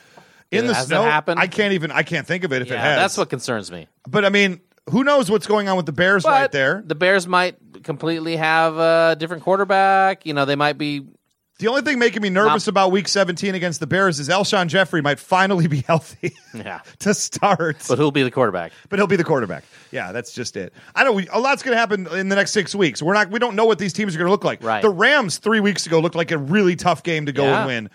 in the
Has that
snow,
happened?
I can't even. I can't think of it if it
Yeah,
has.
that's what concerns me.
But I mean, who knows what's going on with the Bears right
But
there?
the Bears might completely have a different quarterback. You know, they might be.
The only thing making me nervous about Week 17 against the Bears is Elshon Jeffrey might finally be healthy
Yeah,
to start,
but who'll be the quarterback?
but he'll be the quarterback. Yeah, that's just it. I know we, a lot's going to happen in the next six weeks. We're not. We don't know what these teams are going to look like.
Right.
The Rams three weeks ago looked like a really tough game to go
Yeah.
and win.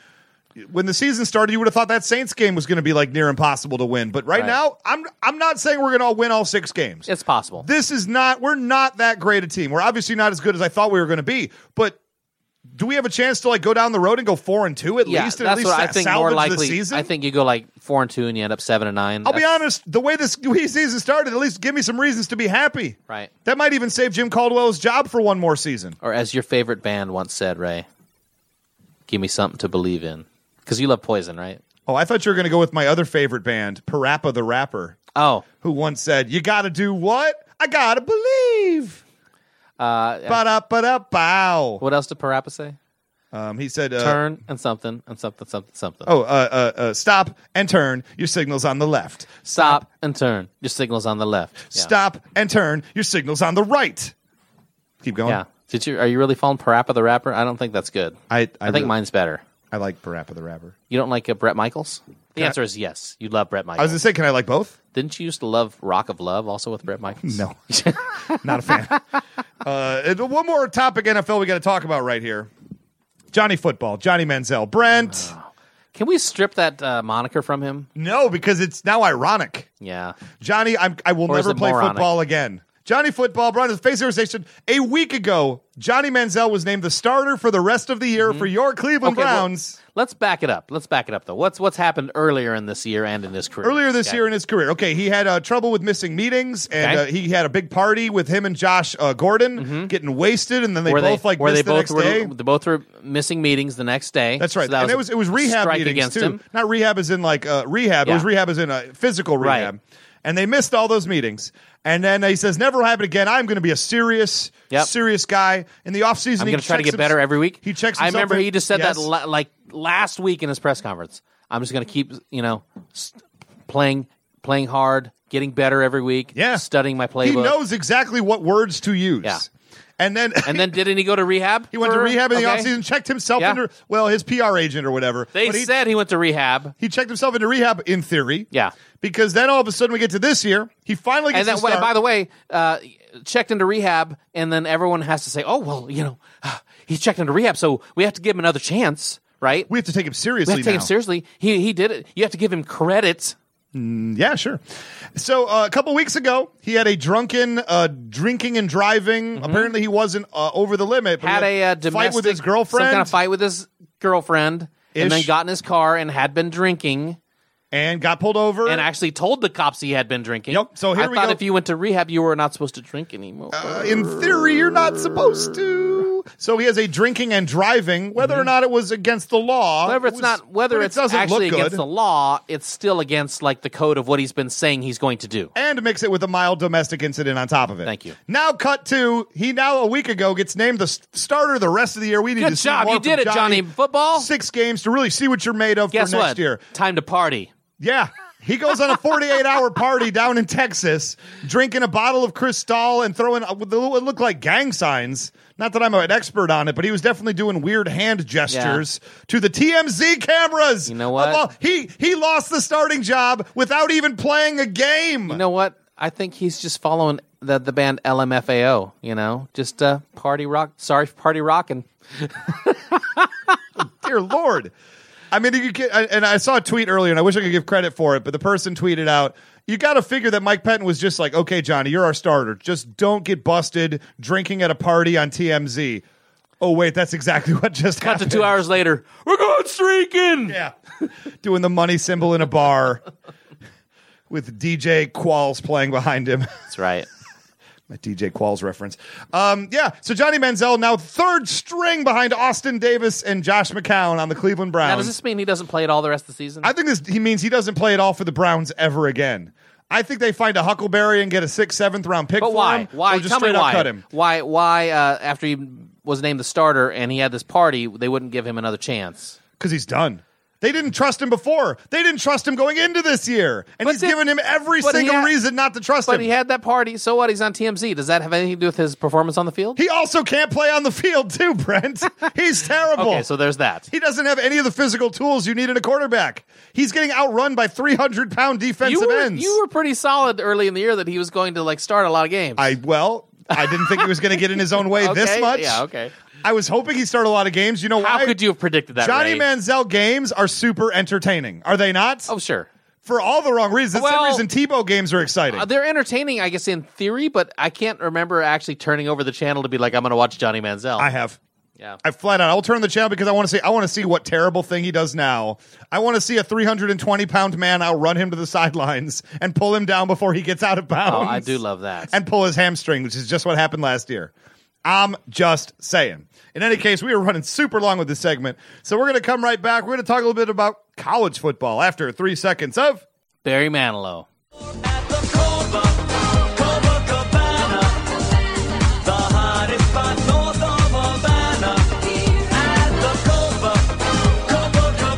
When the season started, you would have thought that Saints game was going to be like near impossible to win. But right,
Right.
now, I'm I'm not saying we're going to all win all six games.
It's possible.
this is not we're not that great a team. We're obviously not as good as I thought we were going to be, but do we have a chance to like go down the road and go four and two at
Yeah,
least? And
that's
at least
what I
sa-
think
salvage
more
the
likely.
season.
I think you go like four and two, and you end up seven and nine.
I'll be
That's-
honest. The way this way season started, at least give me some reasons to be happy.
Right.
That might even save Jim Caldwell's job for one more season.
Or as your favorite band once said, Ray, "Give me something to believe in," because you love Poison, right?
Oh, I thought you were going to go with my other favorite band, Parappa the Rapper,
Oh,
who once said, "You got to do what? I got to believe."
uh,
Ba da ba da bow.
what else did Parappa say?
Um, he said, uh,
Turn and something and something something something.
Oh, uh, uh, uh, stop and turn. Your signal's on the left.
stop and turn. Your signal's on the left. Yeah.
Stop and turn. Your signal's on the right. Keep going.
Yeah. Did you? Are you really following Parappa the rapper? I don't think that's good.
I, I,
I think
really-
mine's better.
I like Parappa the Rapper.
You don't like uh, Brett Michaels? The
I-
answer is yes. You love Brett
I was
Michaels.
going to say, can I like both?
Didn't you used to love Rock of Love also with Brett Michaels?
No, not a fan. Uh, and one more topic NFL we got to talk about right here. Johnny Football, Johnny Manziel, Brent.
Ah. Can we strip that uh, moniker from him?
No, because it's now ironic.
Yeah.
Johnny, I'm, I will
Or is
never
it
play
moronic?
football again. Johnny Football brought his face conversation a week ago. Johnny Manziel was named the starter for the rest of the year for your Cleveland
Mm-hmm. Okay, well,
Browns.
Let's back it up. Let's back it up though. What's what's happened earlier in this year and in his career?
earlier this
Okay.
year in his career. Okay, he had uh, trouble with missing meetings, and
Okay. Mm-hmm.
uh, he had a big party with him and Josh uh, Gordon getting wasted, and then they
were
both
they
like
were
missed
they
the
both
next
were
day.
they both were missing meetings the next day?
That's right,
So that
and it was it was rehab
strike
meetings
against
too.
him.
Not rehab as in like uh, rehab. It
Yeah.
was rehab as in uh, physical
Right.
rehab, and they missed all those meetings. And then he says, "Never happen again. I'm going to be a serious,
Yep.
serious guy." In the offseason,
I'm
he
going to try to
checks
get better
hims-
every week.
He checks.
I
himself
remember
in-
he just said that
Yes.
la- like last week in his press conference. I'm just going to keep you know st- playing playing hard, getting better every week.
Yeah.
studying my playbook.
He knows exactly what words to use.
Yeah.
And then
And then didn't he go to rehab?
He went to
for-
rehab in the
okay.
offseason, checked himself
Yeah.
into well, his PR agent or whatever.
They
But he,
said he went to rehab.
he checked himself into rehab in theory.
Yeah.
Because then all of a sudden we get to this year, he finally gets
And
to
that, way,
start.
by the way, uh, checked into rehab, and then everyone has to say, "Oh well, you know, he's checked into rehab, so we have to give him another chance, right?
we have to take him
We
seriously
have to take him
now.
seriously. He he did it. You have to give him credit.
Yeah, sure. So uh, a couple weeks ago, he had a drunken uh, drinking and driving. Apparently, he wasn't uh, over the limit. But he
Mm-hmm. had a uh, domestic
fight with his girlfriend,
some kind of fight with his girlfriend,
Ish.
and then got in his car and had been drinking,
and got pulled over. Uh,
and actually told the cops he had been drinking.
Yep, so here
I
we
thought
go. Uh,
if you went to rehab, you were not supposed to drink anymore.
in theory, you're not supposed to. So he has a drinking and driving, whether or not it was against the law.
Mm-hmm. Whether
it
it's
was-
not whether
but it
it's
doesn't look
actually
good.
against the law, it's still against like the code of what he's been saying he's going to do.
and mix it with a mild domestic incident on top of it.
Thank you.
Now, cut to he now a week ago gets named the s- starter the rest of the year. We need
Good
to see
job.
more
You did
from
it, Johnny. Football?
Six games to really see what you're made of
Guess
for next
what?
year.
Time to party.
Yeah. He goes on a 48 hour party down in Texas, drinking a bottle of Cristal and throwing uh, with what looked like gang signs. Not that I'm an expert on it, but he was definitely doing weird hand gestures to the TMZ cameras.
You know what?
Of all- He he lost the starting job without even playing a game.
You know what? I think he's just following the the band LMFAO. You know, just uh, party rock. Sorry, for party rocking.
dear lord i mean you get and i saw a tweet earlier and i wish i could give credit for it but the person tweeted out you got to figure that mike Pettin was just like okay johnny you're our starter just don't get busted drinking at a party on tmz oh wait that's exactly what just
Cut to
happened
two hours later. We're going streaking.
yeah doing the money symbol in a bar with dj qualls playing behind him
That's right.
a DJ Qualls reference. Um, yeah, so Johnny Manziel now third string behind Austin Davis and Josh McCown on the Cleveland Browns.
Now, does this mean he doesn't play at all the rest of the season?
Um, I think this he means he doesn't play at all for the Browns ever again. I think they find a Huckleberry and get a sixth, seventh round pick
but
for
why?
him.
Why?
Or just
Tell me
straight up
why.
cut him.
Why? Why? Uh, after he was named the starter and he had this party, they wouldn't give him another chance.
Because he's done. They didn't trust him before. They didn't trust him going into this year. And
But
he's
did-
given him every
but he
single
had-
reason not to trust
But
him.
he
He,
had that party. So what? He's on TMZ. Does that have anything to do with his performance on the field?
also can't play on the field, too, Brent. he's terrible.
okay, so there's that.
he doesn't have any of the physical tools you need in a quarterback. He's getting outrun by 300 pound defensive
you were,
ends.
You were pretty solid early in the year that he was going to like start a lot of games.
I well, I didn't think he was going to get in his own way this
Okay,
much.
yeah, okay.
I was hoping he started a lot of games. You know
How
why?
could you have predicted that?
Johnny
Ray?
Manziel games are super entertaining, are they not?
Oh sure,
For all the wrong reasons. That's
Well-
the reason Tebow games are exciting.
Uh, they're entertaining, I guess, in theory, but I can't remember actually turning over the channel to be like, I'm going to watch Johnny Manziel.
I have.
Yeah.
I flat out. I'll turn the channel because I want to see. I want to see what terrible thing he does now. I want to see a 320 pound man outrun him to the sidelines and pull him down before he gets out of bounds.
Oh, I do love that.
And pull his hamstring, which is just what happened last year. I'm just saying. In any case, we are running super long with this segment, so we're going to come right back. We're going to talk a little bit about college football after three seconds of.
Barry Manilow.
At the Coba, Coba Cabana, the hottest spot north of Havana. At the Coba, Coba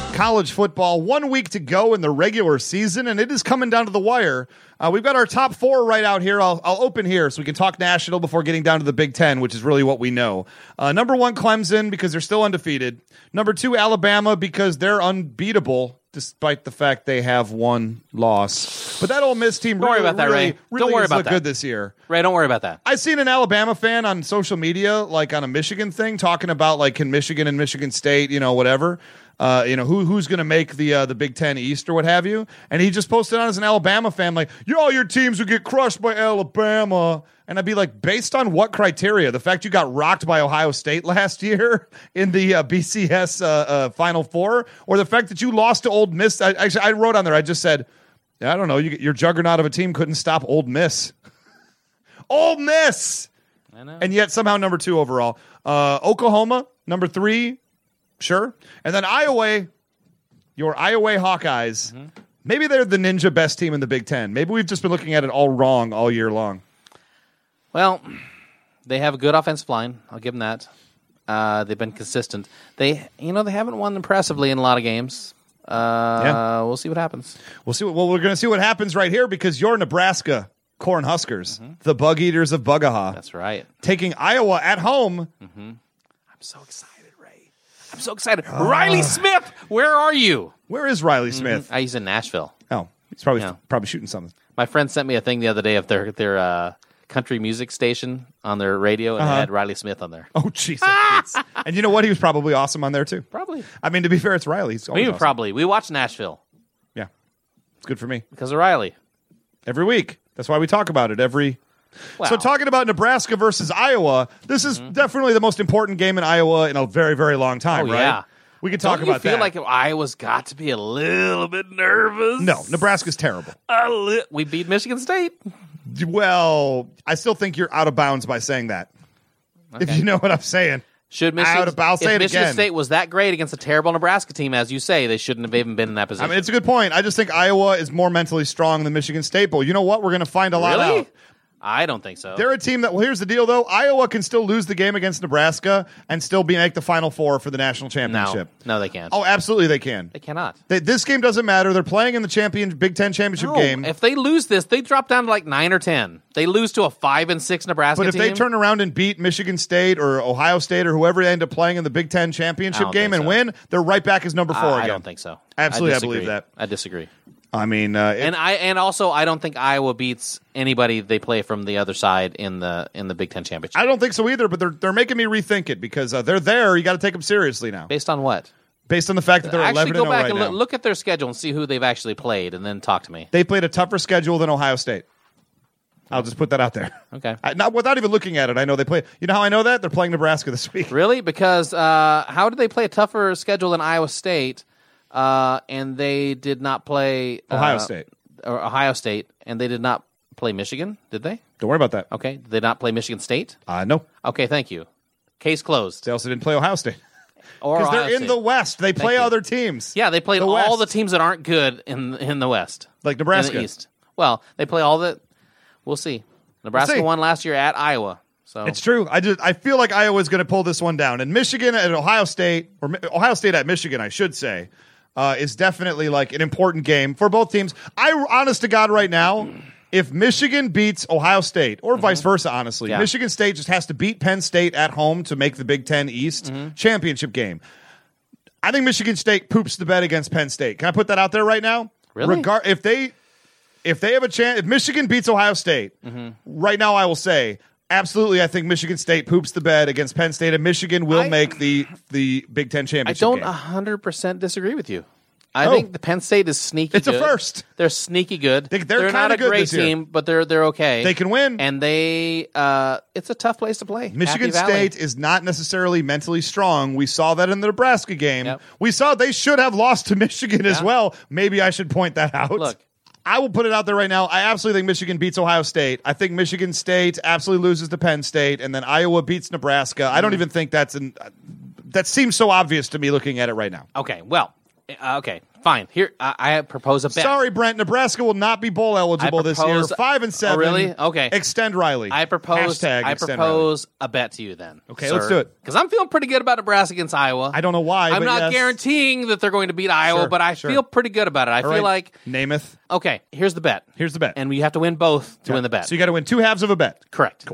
Cabana.
college football. One week to go in the regular season, and it is coming down to the wire. Uh, we've got our top four right out here. I'll, I'll open here so we can talk national before getting down to the Big Ten, which is really what we know. Uh, number one, Clemson, because they're still undefeated. Number two, Alabama, because they're unbeatable. Despite the fact they have one loss, but that Ole Miss team
worry
really-
about that,
really-
Ray. Don't
really
worry
has
about
looked
that.
good this year.
Ray, don't worry about that.
I've seen an Alabama fan on social media, like on a Michigan thing, talking about like can Michigan and Michigan State, you know, whatever, uh, you know, who who's going to make the uh, the Big Ten East or what have you. And he just posted on as an Alabama fan, like, you all your teams would get crushed by Alabama. And I'd be like, based on what criteria? The fact you got rocked by Ohio State last year in the uh, BCS uh, uh, Final Four, or the fact that you lost to Old Miss? I, actually, I wrote on there. I just said, I don't know, you, your juggernaut of a team couldn't stop Old Miss. Ole Miss.
I know.
And yet somehow number two overall. Uh, Oklahoma, number three, sure. And then Iowa, your Iowa Hawkeyes.
Mm-hmm.
Maybe they're the ninja best team in the Big Ten. Maybe we've just been looking at it all wrong all year long.
Well, they have a good offensive line. I'll give them that. Uh, they've been consistent. They, you know, they haven't won impressively in a lot of games. Uh,
Yeah.
We'll see what happens.
We'll see. What, well, we're going to see what happens right here because you're Nebraska Corn Huskers,
Mm-hmm.
the bug eaters of Bugaha,
That's right.
taking Iowa at home.
Mm. I'm so excited, Ray. I'm so excited. Riley Smith, where are you?
Where is Riley Smith?
I Ah. he's in Nashville.
Oh, he's probably
Mm-hmm. Yeah.
probably shooting something.
My friend sent me a thing the other day of their their uh, country music station on their radio, and they had Riley Smith on there.
Oh, Jesus. and you know what? He was probably awesome on there too.
Probably.
I mean, to be fair, it's Riley. He's
We
always
would
awesome.
probably we watch Nashville
Yeah. It's good for me.
because of Riley.
Every week. That's why we talk about it every
Wow.
So talking about Nebraska versus Iowa, this is definitely the most important game in Iowa in a very very long time,
Mm-hmm. Oh,
right?
yeah.
We could
Don't
talk
you
about
feel
that.
like Iowa's got to be a little bit nervous?
no, Nebraska's terrible.
A li- we beat Michigan State.
Well, I still think you're out of bounds by saying that. If
Okay.
you know what I'm saying.
Should Michigan,
Out of- I'll say
if
it
Michigan
again.
State was that great against a terrible Nebraska team, as you say, they shouldn't have even been in that
I
position.
mean, it's a good point. I just think Iowa is more mentally strong than Michigan State. But you know what? We're going to find a lot
really?
out.
I don't think so.
They're a team that. Well, here's the deal, though. Iowa can still lose the game against Nebraska and still be make the Final Four for the national
no,
championship.
no, they can't.
Oh, absolutely, they can.
they cannot.
They, this game doesn't matter. They're playing in the champion Big Ten championship
No,
game.
If they lose this, they drop down to like nine or ten. They lose to a five and six Nebraska
but if they
team.
turn around and beat Michigan State or Ohio State or whoever they end up playing in the Big Ten
I
championship
don't
game
think
and
so.
win, they're right back as number four
I-
again.
I don't think so.
Absolutely, I
disagree.
believe that.
I disagree.
I mean, uh, it-
And I and also I don't think Iowa beats anybody they play from the other side in the in the Big Ten championship.
I don't think so either. But they're they're making me rethink it because uh, they're there. You got to take them seriously now,
Based on what?
based on the fact that they're
actually,
eleven
go
and zero
back
right
and
now.
look, look at their schedule and see who they've actually played, and then talk to me.
They played a tougher schedule than Ohio State. I'll just put that out there.
Okay.
I, not without even looking at it, I know they play. You know how I know that they're playing Nebraska this week.
Really? Because uh, how did they play a tougher schedule than Iowa State, uh, and they did not play uh,
Ohio State.
or Ohio State, and they did not play Michigan? Did they?
Don't worry about that.
Okay, did they not play Michigan State?
Uh, no,
Okay, thank you. Case closed.
they also didn't play Ohio State.
Or
Because
Ohio
they're in
State.
the West. They play
you.
other teams.
yeah, they played
the
all
West.
the teams that aren't good in in the West,
Like Nebraska.
in the East. Well, they play all the. We'll see. Nebraska
see.
won last year at Iowa, so
It's true. I just I feel like Iowa's going to pull this one down, and Michigan at Ohio State or Mi- Ohio State at Michigan, I should say, uh, is definitely like an important game for both teams. I honest to God, right now, if Michigan beats Ohio State or vice versa, honestly,
Mm-hmm. Yeah.
Michigan State just has to beat Penn State at home to make the Big Ten East
Mm-hmm.
championship game. I think Michigan State poops the bed against Penn State. Can I put that out there right now?
Really?
Regar- if they if they have a chance, if Michigan beats Ohio State,
Mm-hmm.
right now I will say absolutely. I think Michigan State poops the bed against Penn State, and Michigan will
I-
make the the Big Ten
I
championship.
don't uh,
game.
hundred percent disagree with you. I
Oh.
think the Penn State is sneaky.
It's a
good.
first.
They're sneaky good.
They- they're
not
kinda
a
good
great
this year.
team, but they're they're okay.
They can win.
and they uh, it's a tough place to play.
Michigan
Happy Valley.
State is not necessarily mentally strong. We saw that in the Nebraska game.
Yep.
We saw they should have lost to Michigan as
Yeah.
well. Maybe I should point that out.
Look.
I will put it out there right now. I absolutely think Michigan beats Ohio State. I think Michigan State absolutely loses to Penn State, and then Iowa beats Nebraska. I
Mm-hmm.
don't even think that's an. That seems so obvious to me looking at it right now.
Okay, well, uh, okay, fine. Here I, I propose a bet.
Sorry, Brent. Nebraska will not be bowl eligible this year.
propose-
Five and
Oh,
seven.
really? Okay.
Extend Riley.
I propose.
Hashtag
I
extend Riley.
propose a bet to you then.
Okay, let's do it.
Because I'm feeling pretty good about Nebraska against Iowa.
I don't know why.
I'm
but
not
yes.
guaranteeing that they're going to beat Iowa,
Sure,
but I
sure.
feel pretty good about it. I
All
feel
right.
like
Namath.
okay. Here's the bet.
Here's the bet.
and we have to win both to win the bet.
So you got to win two halves of a bet.
correct.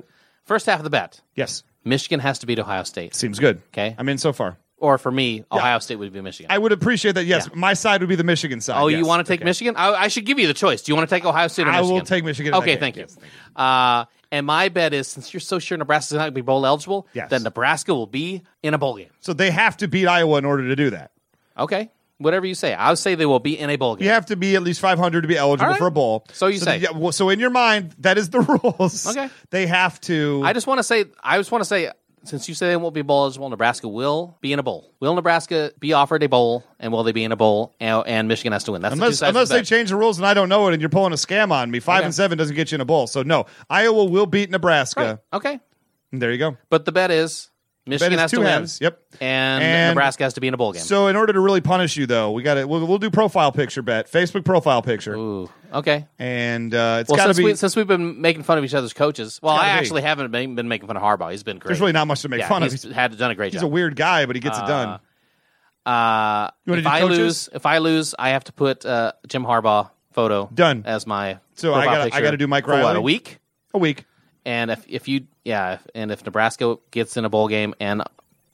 First half of the bet.
Yes.
Michigan has to beat Ohio State,
Seems good.
Okay.
I'm in so far.
or for me, Ohio State would be Michigan.
I would appreciate that. Yes.
Yeah.
My side would be the Michigan side.
Oh,
Yes.
you want to take
Okay.
Michigan? I, I should give you the choice. Do you want to take Ohio State or
I will
Michigan?
take Michigan in that
Okay,
game.
thank you.
Yes, thank
Uh, and my bet is since you're so sure Nebraska's not going to be bowl eligible,
Yes.
then Nebraska will be in a bowl game.
So they have to beat Iowa in order to do that.
Okay, whatever you say. I would say they will be in a bowl game.
You have to be at least 500 to be eligible
All right.
for a bowl.
So you say.
that- yeah, well, so in your mind, that is the rules.
Okay.
They have to.
I just want to say, I just want to say, since you say they won't be bowl eligible, Nebraska will be in a bowl. Will Nebraska be offered a bowl, and will they be in a bowl? And, and Michigan has to win. That's the two
Unless,
sides of the
unless they
bet.
change the rules and I don't know it and you're pulling a scam on me, five
Okay.
and seven doesn't get you in a bowl. So, no, Iowa will beat Nebraska.
Right. Okay,
And there you go.
but the bet is Michigan
is
has to
two
win.
halves. Yep.
and,
And-
Nebraska has to be in a bowl game.
So, in order to really punish you, though, we got to we'll, we'll do profile picture bet, Facebook profile picture,
Ooh, okay.
and uh, it's
Well,
got to
since,
be.
we, since we've been making fun of each other's coaches, well,
gotta
I
be.
actually haven't been, been making fun of Harbaugh. He's been great.
there's really not much to make
yeah,
fun of.
he's
He's,
had done a great
he's a
job.
weird guy, but he gets it done.
uh,
You wanna
if
do
I
coaches?
lose, if I lose, I have to put uh, Jim Harbaugh photo
Done.
as my
So I
profile
gotta- I
picture
gotta do Mike
for what,
Riley?
a week.
A week.
And if if you yeah, if, and if Nebraska gets in a bowl game and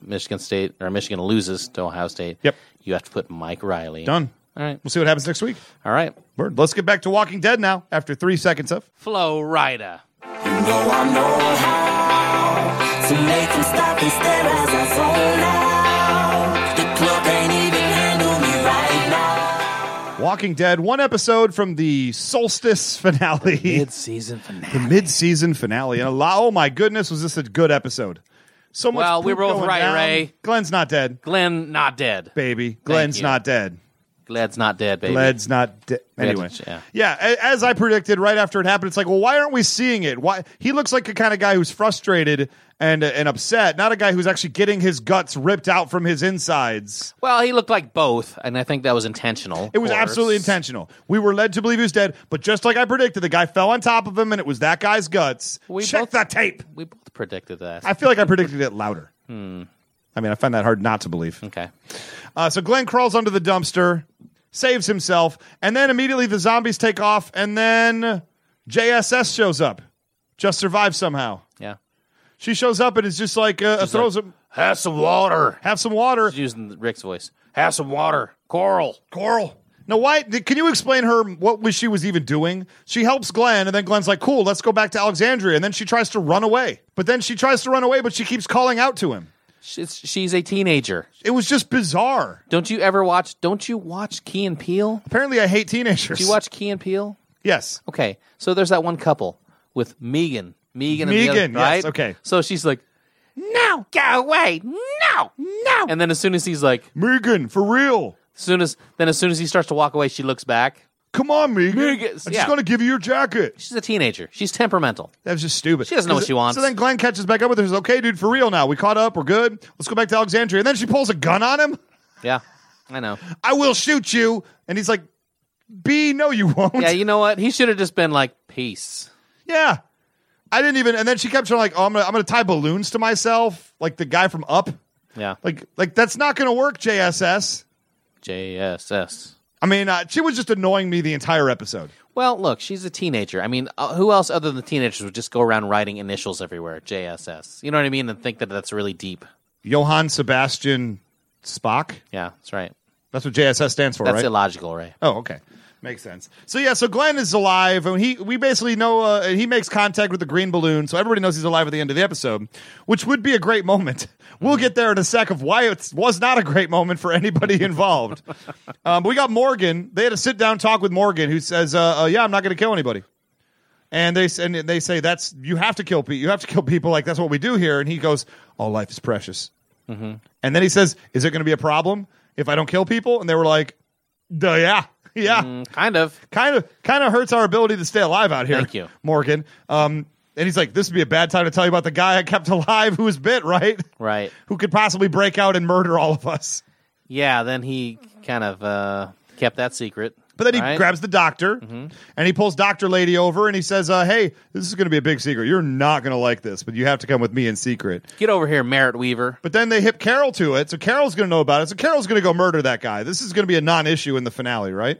Michigan State or Michigan loses to Ohio State,
Yep.
you have to put Mike Riley.
Done.
All right.
We'll see what happens next week.
All right.
Word. Let's get back to Walking Dead now after three seconds of.
Flow Rida.
No, I know how to make them stop and stare as I zone out. The club can't even handle me right now.
Walking Dead, one episode from the solstice finale,
Mid season finale.
mid season finale. And a lot, oh my goodness, was this a good episode? So much.
Well, we
poop
were both
going
right,
down.
Ray.
Glenn's not dead,
Glenn not dead.
baby. Glenn's
you.
not dead.
Gled's not dead, baby.
Led's not de- anyway.
yeah.
yeah, a- as I predicted right after it happened, it's like, well, why aren't we seeing it? Why he looks like a kind of guy who's frustrated and and upset, not a guy who's actually getting his guts ripped out from his insides.
Well, he looked like both, and I think that was intentional.
It was
of course.
absolutely intentional. We were led to believe he was dead, but just like I predicted, the guy fell on top of him, and it was that guy's guts.
We
Check
both-
the tape.
We both predicted that.
I feel like I predicted it louder. I mean, I find that hard not to believe.
okay.
Uh, so Glenn crawls under the dumpster, saves himself, and then immediately the zombies take off, and then JSS shows up. Just survives somehow.
Yeah.
She shows up and is just like, uh, throws him,
Have some water.
have some water.
Using Rick's voice. Have some water. Coral.
Coral. Now, why? Did, can you explain her what was she was even doing? She helps Glenn, and then Glenn's like, "Cool, let's go back to Alexandria." And then she tries to run away, but then she tries to run away, but she keeps calling out to him.
She's, she's a teenager.
It was just bizarre.
Don't you ever watch? Don't you watch Key and Peele?
Apparently, I hate teenagers.
Do you watch Key and Peele?
Yes.
Okay, so there's that one couple with Megan, Megan, and the other,
Megan, yes,
right?
okay.
So she's like, "No, go away, no, no." And then as soon as he's like,
Megan, for real.
as soon as then as soon as he starts to walk away, she looks back.
Come on, Megan.
Megan,
I'm just
yeah.
gonna give you your jacket.
She's a teenager. She's temperamental.
That was just stupid.
She doesn't know what she wants.
So then Glenn catches back up with her. Says, "Okay, dude, for real now. We caught up. We're good. Let's go back to Alexandria." And then she pulls a gun on him.
Yeah, I know.
I will shoot you. And he's like, "B, no, you won't."
Yeah, you know what? He should have just been like, "Peace."
Yeah. I didn't even and then she kept trying like, oh I'm gonna I'm gonna tie balloons to myself, like the guy from up.
Yeah,
Like like that's not gonna work, JSS.
JSS.
I mean, uh, she was just annoying me the entire episode.
Well, look, she's a teenager. I mean, uh, who else other than teenagers would just go around writing initials everywhere? JSS. You know what I mean? And think that that's really deep.
Johann Sebastian Spock.
Yeah, that's right.
That's what JSS stands for,
That's
right?
illogical, right?
oh, okay. Makes sense. So yeah, so Glenn is alive, and he we basically know uh, he makes contact with the green balloon, so everybody knows he's alive at the end of the episode, which would be a great moment. We'll get there in a sec of why it was not a great moment for anybody involved. um, but we got Morgan. They had a sit down talk with Morgan, who says, uh, uh, "Yeah, I'm not going to kill anybody." And they s- and they say that's you have to kill people. You have to kill people. Like that's what we do here. And he goes, "All life is precious." And then he says, "Is it going to be a problem if I don't kill people?" And they were like, "Duh, yeah, yeah."
Kind of.
kind of kind of hurts our ability to stay alive out here.
Thank you.
Morgan. Um, and he's like, this would be a bad time to tell you about the guy I kept alive who was bit, right?
Right.
Who could possibly break out and murder all of us?
Yeah, then he kind of uh, kept that secret.
But then he
right? Mm-hmm.
grabs the doctor and he pulls Doctor Lady over and he says, uh, "Hey, this is going to be a big secret. You're not going to like this, but you have to come with me in secret."
Get over here, Merritt Weaver.
But then they hip Carol to it, so Carol's going to know about it. So Carol's going to go murder that guy. This is going to be a non-issue in the finale, right?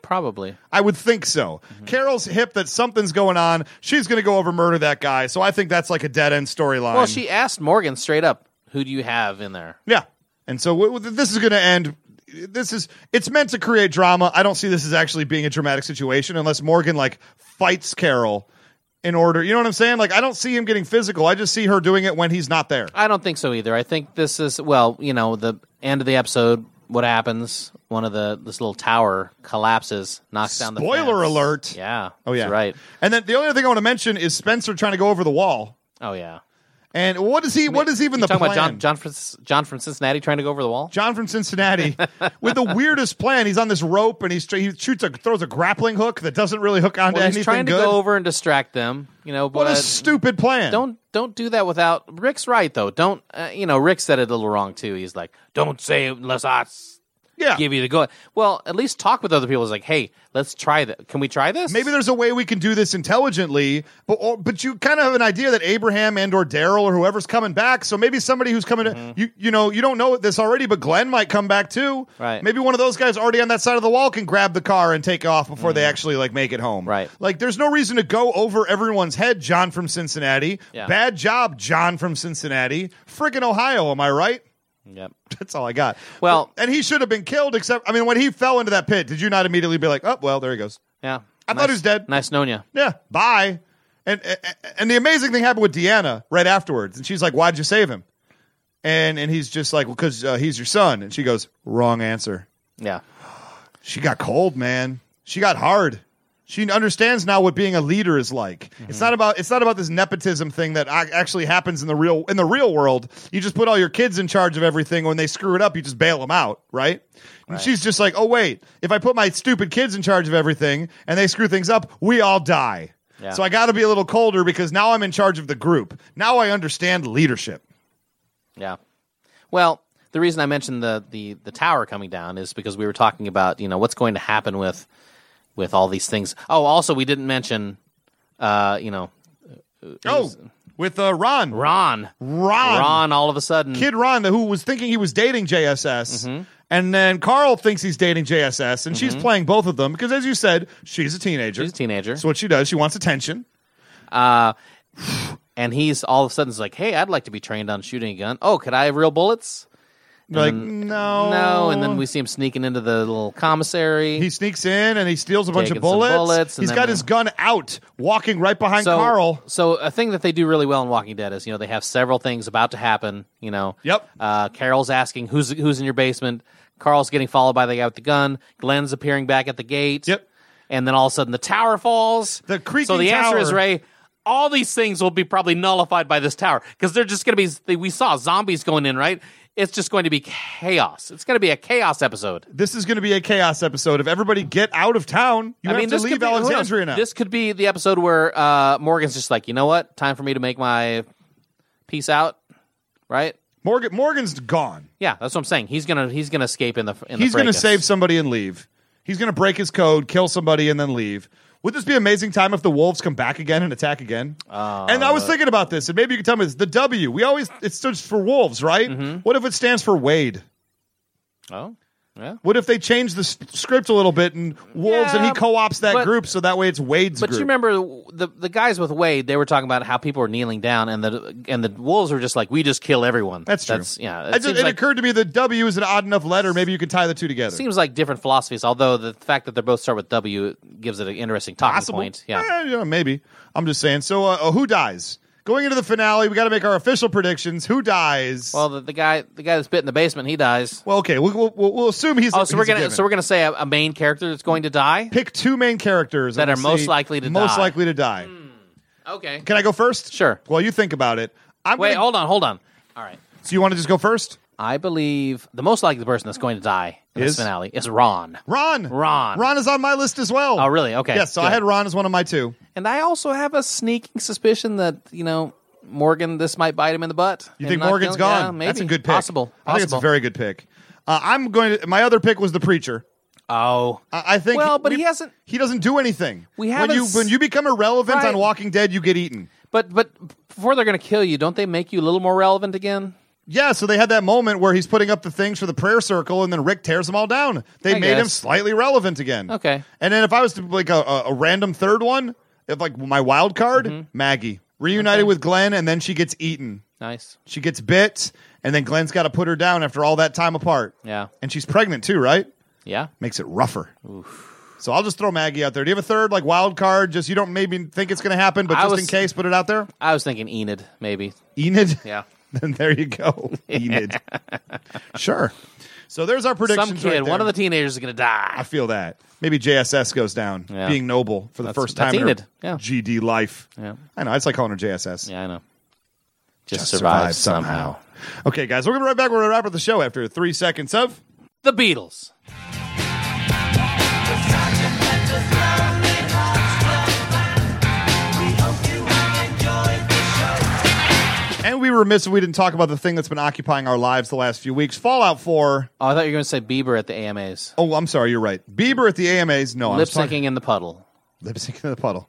Probably.
I would think so.
Mm-hmm.
Carol's hip that something's going on. She's going to go over murder that guy. So I think that's like a dead end storyline.
Well, she asked Morgan straight up, "Who do you have in there?"
yeah. And so w- w- this is going to end. This is it's meant to create drama. I don't see this as actually being a dramatic situation unless Morgan like fights Carol in order. You know what I'm saying? Like I don't see him getting physical. I just see her doing it when he's not there.
I don't think so either. I think this is well, you know, the end of the episode. What happens? One of the this little tower collapses, knocks down the.
Spoiler
fence.
alert.
Yeah.
Oh yeah.
that's right.
And then the only other thing I want to mention is Spencer trying to go over the wall.
Oh yeah.
And what is he what is even
You
the
talking
plan?
about John John from, John from Cincinnati trying to go over the wall?
John from Cincinnati with the weirdest plan. He's on this rope and he's he shoots a throws a grappling hook that doesn't really hook onto
well,
anything
he's trying to
good.
go over and distract them. You know,
what
but
a stupid plan!
don't don't do that without Rick's right though. Don't uh, you know? Rick said it a little wrong too. He's like, "Don't say it unless I s-
yeah.
give you the go." Well, at least talk with other people. It's like, "Hey, let's try that. Can we try this?"
Maybe there's a way we can do this intelligently, but or, but you kind of have an idea that Abraham and or Daryl or whoever's coming back. So maybe somebody who's coming
Mm-hmm.
to you you know you don't know this already, but Glenn might come back too.
Right.
Maybe one of those guys already on that side of the wall can grab the car and take off before they actually like make it home.
Mm-hmm. Right.
Like there's no reason to go over everyone's head. John from Cincinnati.
Yeah.
Bad job, John from Cincinnati. Friggin' Ohio. Am I right?
Yep.
That's all I got.
Well-
and he should have been killed. Except, I mean, when he fell into that pit, did you not immediately be like, "Oh, well, there he goes."
Yeah.
I
nice,
thought he was dead.
Nice knowing you.
Yeah, bye. And and the amazing thing happened with Deanna right afterwards, and she's like, "Why'd you save him?" And and he's just like, "Well, because uh, he's your son." And she goes, "Wrong answer."
Yeah.
She got cold, man. She got hard. She understands now what being a leader is like. It's not about it's not about this nepotism thing that ac- actually happens in the real in the real world. You just put all your kids in charge of everything. When they screw it up, you just bail them out, right? And she's just like, "Oh wait, if I put my stupid kids in charge of everything and they screw things up, we all die."
Yeah.
So I got to be a little colder because now I'm in charge of the group. Now I understand leadership.
Yeah. Well, the reason I mentioned the, the the tower coming down is because we were talking about you know what's going to happen with with all these things. Oh, also we didn't mention uh, you know
Oh, with uh, Ron.
Ron.
Ron.
Ron all of a sudden.
kid Ron, who was thinking he was dating JSS,
Mm-hmm.
and then Carl thinks he's dating JSS, and she's playing both of them because, as you said, she's a teenager.
She's a teenager.
That's what she does. She wants attention.
and he's all of a sudden is like, "Hey, I'd like to be trained on shooting a gun. Oh, could I have real bullets?
Like, no,
Mm-hmm. No." And then we see him sneaking into the little commissary.
He sneaks in and he steals a bunch of
Taking some
bullets.
bullets, and
He's
then
got
we-
his gun out, walking right behind Carl.
So a thing that they do really well in Walking Dead is you know they have several things about to happen. You know.
Yep.
Uh, Carol's asking who's who's in your basement. Carl's getting followed by the guy with the gun. Glenn's appearing back at the gate.
Yep.
And then all of a sudden the tower falls.
The creaking
So the answer is
tower.
Ray. All these things will be probably nullified by this tower because they're just going to be. We saw zombies going in, right? It's just going to be chaos. It's going to be a chaos episode.
This is going to be a chaos episode. If everybody get out of town, you
I
have
mean,
to
this could
leave
be- who knows?
Alexandria now.
This could be the episode where uh, Morgan's just like, you know what? Time for me to make my peace out, right?
Morgan, Morgan's gone.
Yeah, that's what I'm saying. He's gonna he's gonna escape in the in
He's
going to
save somebody and leave. He's going to break his code, kill somebody, and then leave. Would this be an amazing time if the wolves come back again and attack again? and I
Uh,
was thinking about this, and maybe you could tell me this. The
Mm-hmm.
W, we always it stands for wolves, right? What if it stands for Wade?
Oh, Yeah.
What if they change the s- script a little bit and Wolves and he
Yeah,
co-ops that
but-
group so that way it's Wade's
But
group?
you remember the the guys with Wade? They were talking about how people were kneeling down, and the and the wolves were just like, "We just kill everyone."
That's true.
yeah,
I
it
just-
seems
it
like
occurred to me that W is an odd enough letter. Maybe you could tie the two together.
seems like different philosophies. Although the fact that they both start with W gives it an interesting talking
Possible.
point. Yeah,
Eh, you know, maybe. I'm just saying. So, uh, who dies? Going into the finale, we got to make our official predictions. Who dies?
Well, the, the guy, the guy that's bit in the basement, he dies.
Well, okay, we'll, we'll, we'll- we'll assume he's.
Oh, so we're
he's a
gonna
given.
so we're gonna say a, a main character that's going to die.
pick two main characters
That
and
are
we'll
most
see
likely to
most
die.
likely to die.
Okay.
Can I go first?
Sure.
Well, you think about it. I'm
Wait,
gonna-
hold on, hold on. All right.
So you want to just go first?
I believe the most likely person that's going to die in
Is?
this finale is Ron.
Ron.
Ron.
Ron is on my list as well.
Oh, really? Okay,
Yes. So I
good.
had Ron as one of my two.
And I also have a sneaking suspicion that you know Morgan, this might bite him in the butt.
You
and
think
not
Morgan's
kill-
gone?
Yeah, maybe.
That's a good pick.
Possible.
I think it's a
Possible.
very good pick. Uh, I'm going to. My other pick was the preacher.
Oh,
I I think.
Well, but
we-
he hasn't-
He doesn't do anything.
We
when
haven't
you
s-
when you become irrelevant
Right.
on Walking Dead, you get eaten.
but but before they're going to kill you, don't they make you a little more relevant again?
Yeah, so they had that moment where he's putting up the things for the prayer circle, and then Rick tears them all down. They
I
made him
guess.
slightly relevant again.
Okay.
And then if I was to like a, a, a random third one, if like my wild card,
Mm-hmm.
Maggie reunited with Glenn, and then she gets eaten.
Nice.
She gets bit, and then Glenn's got to put her down after all that time apart.
Yeah.
and she's pregnant too, right?
Yeah.
Makes it rougher. So I'll just throw Maggie out there. Do you have a third like wild card? Just you don't maybe think it's going to happen, but
I
just
was-
in case, put it out there.
I was thinking Enid, maybe.
Enid.
Yeah.
then there you go. Enid. sure. So there's our predictions.
Some kid,
right
one of the
there.
teenagers is going to
I
die.
feel that maybe JSS goes down,
Yeah.
being noble for the
That's-
first
that's
time in her
Enid. Yeah.
GD life.
Yeah.
I know. I just like calling her JSS.
Yeah, I know. Just,
survive
survive, somehow.
Okay, guys, we're gonna be right back. We're gonna wrap up the show after three seconds of.
The Beatles.
And we were remiss if we didn't talk about the thing that's been occupying our lives the last few weeks. Fallout 4.
Oh, I thought you were going to say Bieber at the AMAs.
Oh, I'm sorry, you're right. Bieber at the AMAs. No,
Lip
Oh, I'm
syncing in the puddle.
Lip syncing in the puddle.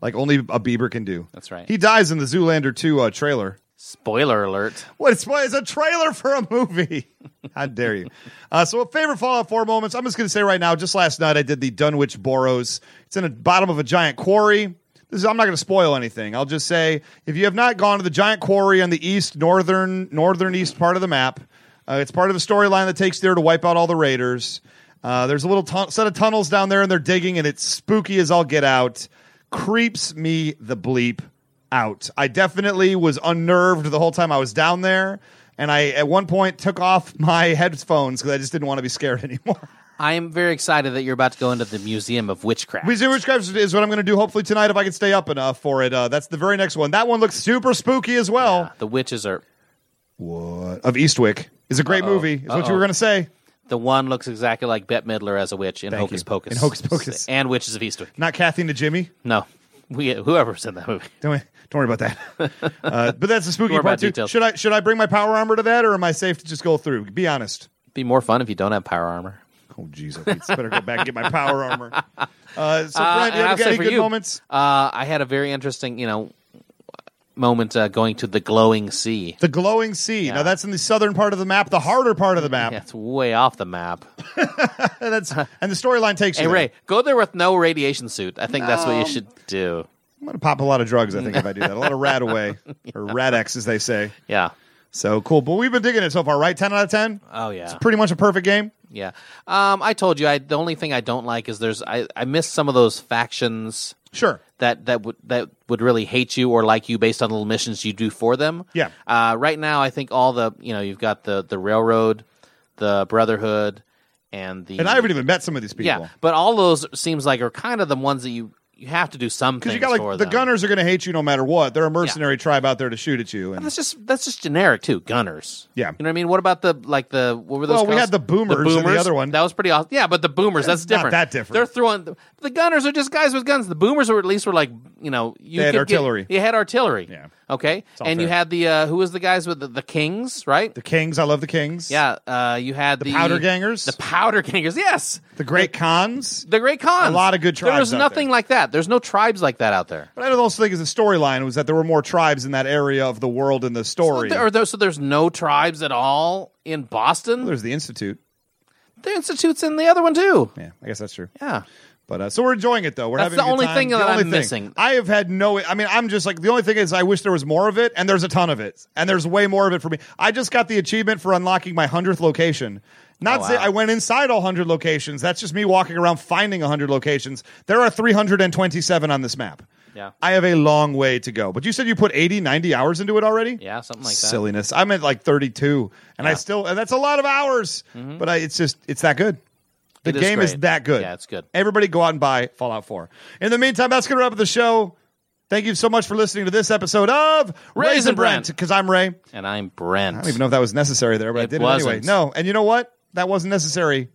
Like only a Bieber can do.
That's right.
He dies in the Zoolander 2 uh, trailer.
Spoiler alert.
What is it's a trailer for a movie? How dare you? Uh, so, favorite Fallout 4 moments. I'm just going to say right now. Just last night, I did the Dunwich Boros. It's in the bottom of a giant quarry. This is, I'm not going to spoil anything. I'll just say if you have not gone to the giant quarry on the east northern northern east part of the map, uh, it's part of the storyline that takes there to wipe out all the raiders. Uh, there's a little tun set of tunnels down there, and they're digging, and it's spooky as all get out. Creeps me the bleep out. I definitely was unnerved the whole time I was down there, and I at one point took off my headphones because I just didn't want to be scared anymore.
I am very excited that you're about to go into the Museum of Witchcraft.
Museum of Witchcraft is- is what I'm going to do. Hopefully tonight, if I can stay up enough for it. Uh, that's the very next one. That one looks super spooky as well.
the witches are.
What of Eastwick is a great movie. Is what you
Uh-oh.
were going to say.
The one looks exactly like Bette Midler as a witch in
Thank
Hocus
you.
Pocus.
In Hocus Pocus.
And Witches of Eastwick.
Not Kathy to Jimmy.
No. We, whoever's in that movie.
Don't, worry- don't worry about that. Uh, but that's the spooky
Don't worry
part
about
too.
details.
Should I should I bring my power armor to that, or am I safe to just go through? Be honest.
be more fun if you don't have power armor.
Oh, jeez, I think- better go back and get my power armor. Uh, so,
Uh,
Brent,
and
you ever
I'll
got
say
any
for
good
you,
moments?
Uh, I had a very interesting, you know, moment uh, going to the glowing sea.
The glowing sea. Now, that's in the southern part of the map, the harder part of the map.
Yeah, it's way off the map.
And, that's, and the storyline takes
Hey
you. there.
Ray, go there with no radiation suit. I think that's what you should do.
I'm going to pop a lot of drugs, I think, if I do that. A lot of rat away, or rat X, as they say.
Yeah.
So cool. But we've been digging it so far, right? 10 out of 10?
Oh yeah.
Pretty much a perfect game.
Yeah. Um, I told you. I the only thing I don't like is there's I I miss some of those factions
Sure.
that that would that would really hate you or like you based on little missions you do for them.
Yeah.
Uh, right now, I think all the you know you've got the the railroad, the brotherhood, and the
And I haven't even met some of these people.
yeah. But all those seems like are kind of the ones that you you have to do some
Because
things
you got
for
like the
them.
gunners are going to hate you no matter what. They're a mercenary tribe out there to shoot at you. And
That's just that's just generic too. Gunners.
Yeah.
You know what I mean? What about the like the what were those?
Well, we
called?
had the Boomers and the other one.
That was pretty awesome. Yeah, but the boomers that's
not
different.
that different.
They're throwing the, gunners are just guys with guns. The boomers were at least were like you know you
They had
could
artillery.
Get, you had artillery.
Yeah.
Okay.
all
And you
fair.
had the uh, who was the guys with the, the kings right?
the kings, I love the kings.
yeah. Uh, you had the,
powder gangers?
The powder gangers. Yes.
The great cons.
The great cons.
A lot of good
There
tribes
was
out
nothing
there.
like that. There's no tribes like that out there.
But I also think is the storyline was that there were more tribes in that area of the world in the story.
Or there, so there's no tribes at all in Boston.
There's the Institute.
the institute's in the other one too.
Yeah, I guess that's true.
Yeah.
But uh, so we're enjoying it though. We're
That's
having
the
a good
only
time.
thing
The
that
only
I'm missing.
I have had no. I mean, I'm just like the only thing is I wish there was more of it, and there's a ton of it, and there's way more of it for me. I just got the achievement for unlocking my hundredth location. Not
Oh,
say
wow.
I went inside all hundred locations. That's just me walking around finding hundred locations. There are 327 on this map.
Yeah.
I have a long way to go. But you said you put 80, 90 hours into it already.
Yeah, something like that.
Silliness. I'm at like 32, and I still and that's a lot of hours. But I, it's just it's that good. The
Mm-hmm. It is
game is
great.
that good.
Yeah, it's good.
Everybody go out and buy Fallout 4. In the meantime, that's going to wrap up the show. Thank you so much for listening to this episode of Raisin
Raisin
Brent,
Brent.
because I'm Ray. I
And I'm Brent.
don't even know if that was necessary there, but I
It
did it anyway.
wasn't.
No, and you know what? That wasn't necessary.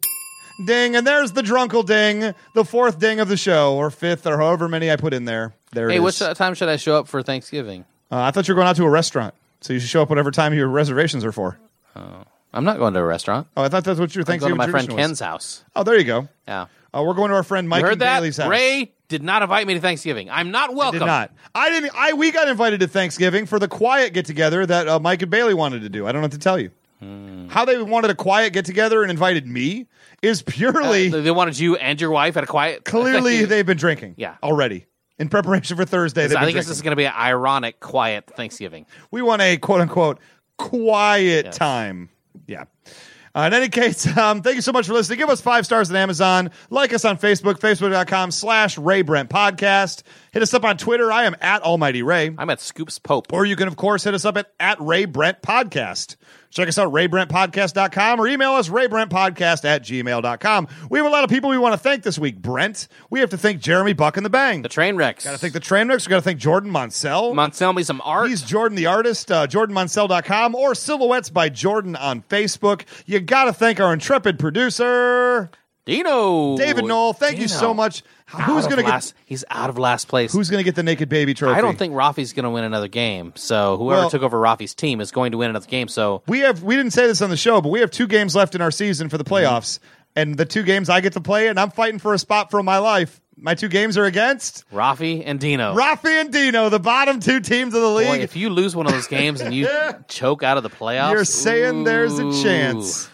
Ding, and there's the drunkle ding, the fourth ding of the show, or fifth, or however many I put in there. There
Hey,
it
what
is.
sh- time should I show up for Thanksgiving?
Uh, I thought you were going out to a restaurant, so you should show up whatever time your reservations are for.
I'm not going to a restaurant.
Oh, I thought that's what your
I'm going to
Thanksgiving
my friend
tradition
Ken's
was.
house.
Oh, there you go.
Yeah.
Uh, we're going to our friend Mike
You heard
and
that?
Bailey's house.
Ray did not invite me to Thanksgiving. I'm not welcome.
Did not. I didn't. I we got invited to Thanksgiving for the quiet get together that uh, Mike and Bailey wanted to do. I don't have to tell you
Hmm.
how they wanted a quiet get together and invited me
Uh,
is purely
They wanted you and your wife at a quiet.
clearly they've been drinking.
Yeah.
already in preparation for Thursday. They've
I
been
think this is
drinking.
going to be an ironic, quiet Thanksgiving.
we want a quote unquote quiet time. Yeah. Uh, in any case, um, thank you so much for listening. Give us five stars on Amazon. Like us on Facebook, facebook.com slash Ray Brent Podcast. Hit us up on Twitter. I am at Almighty Ray.
I'm at Scoops Pope.
Or you can, of course, hit us up at, at Ray Brent Podcast. Check us out, raybrentpodcast.com, or email us, raybrentpodcast at gmail.com. We have a lot of people we want to thank this week, Brent. We have to thank Jeremy Buck and the Bang.
The train wrecks.
Gotta thank the train wrecks. We gotta thank Jordan Monsell.
Come on, sell me some art.
He's Jordan the artist, uh, jordanmonsell.com, or Silhouettes by Jordan on Facebook. You gotta thank our intrepid producer,
Dino.
David Knoll. Thank you
Dino.
so much. Who's
Out of
gonna get
last, He's out of last place.
who's gonna get the naked baby trophy?
I don't think Rafi's going to win another game. So whoever
Well-
took over Rafi's team is going to win another game. So
we have we didn't say this on the show, but we have two games left in our season
Mm-hmm.
for the playoffs, and the two games I get to play, and I'm fighting for a spot for my life. My two games are against
Rafi and Dino.
Rafi and Dino, the bottom two teams of the
Boy,
league.
if you lose one of those games and you choke out of the playoffs,
You're saying there's a
ooh.
chance.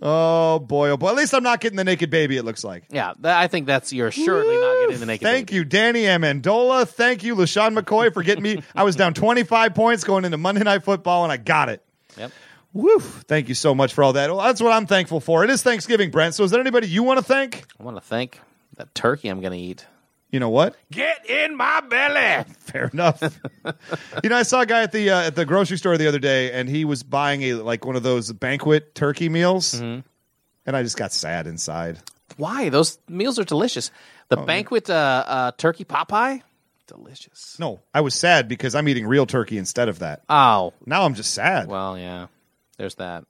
Oh boy, oh boy. At least I'm not getting the naked baby. It looks like.
Yeah, that, I think that's you're surely not getting the naked.
Thank
baby.
you, Danny Amendola. Thank you, LaShawn McCoy, for getting me. I was down 25 points going into Monday Night Football, and I got it.
Yep.
Woo! Thank you so much for all that. Well, that's what I'm thankful for. It is Thanksgiving, Brent. So, is there anybody you want to thank?
I want to thank that turkey I'm going to eat.
You know what?
Get in my belly.
Fair enough. you know, I saw a guy at the uh, at the grocery store the other day, and he was buying a like one of those banquet turkey meals,
Mm-hmm.
and I just got sad inside.
Why? Those meals are delicious. The
Oh,
banquet uh, uh, turkey Popeye, delicious.
No, I was sad because I'm eating real turkey instead of that.
Oh,
Now I'm just sad.
well, yeah. There's that.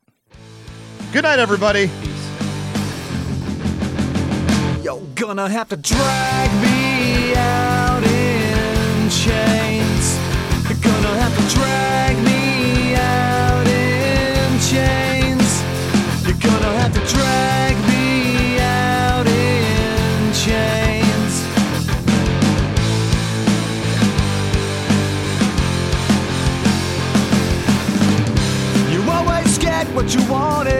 Good night, everybody.
Peace.
You're gonna have to drag me out in chains. You're gonna have to drag me out in chains. You're gonna have to drag me out in chains. You always get what you wanted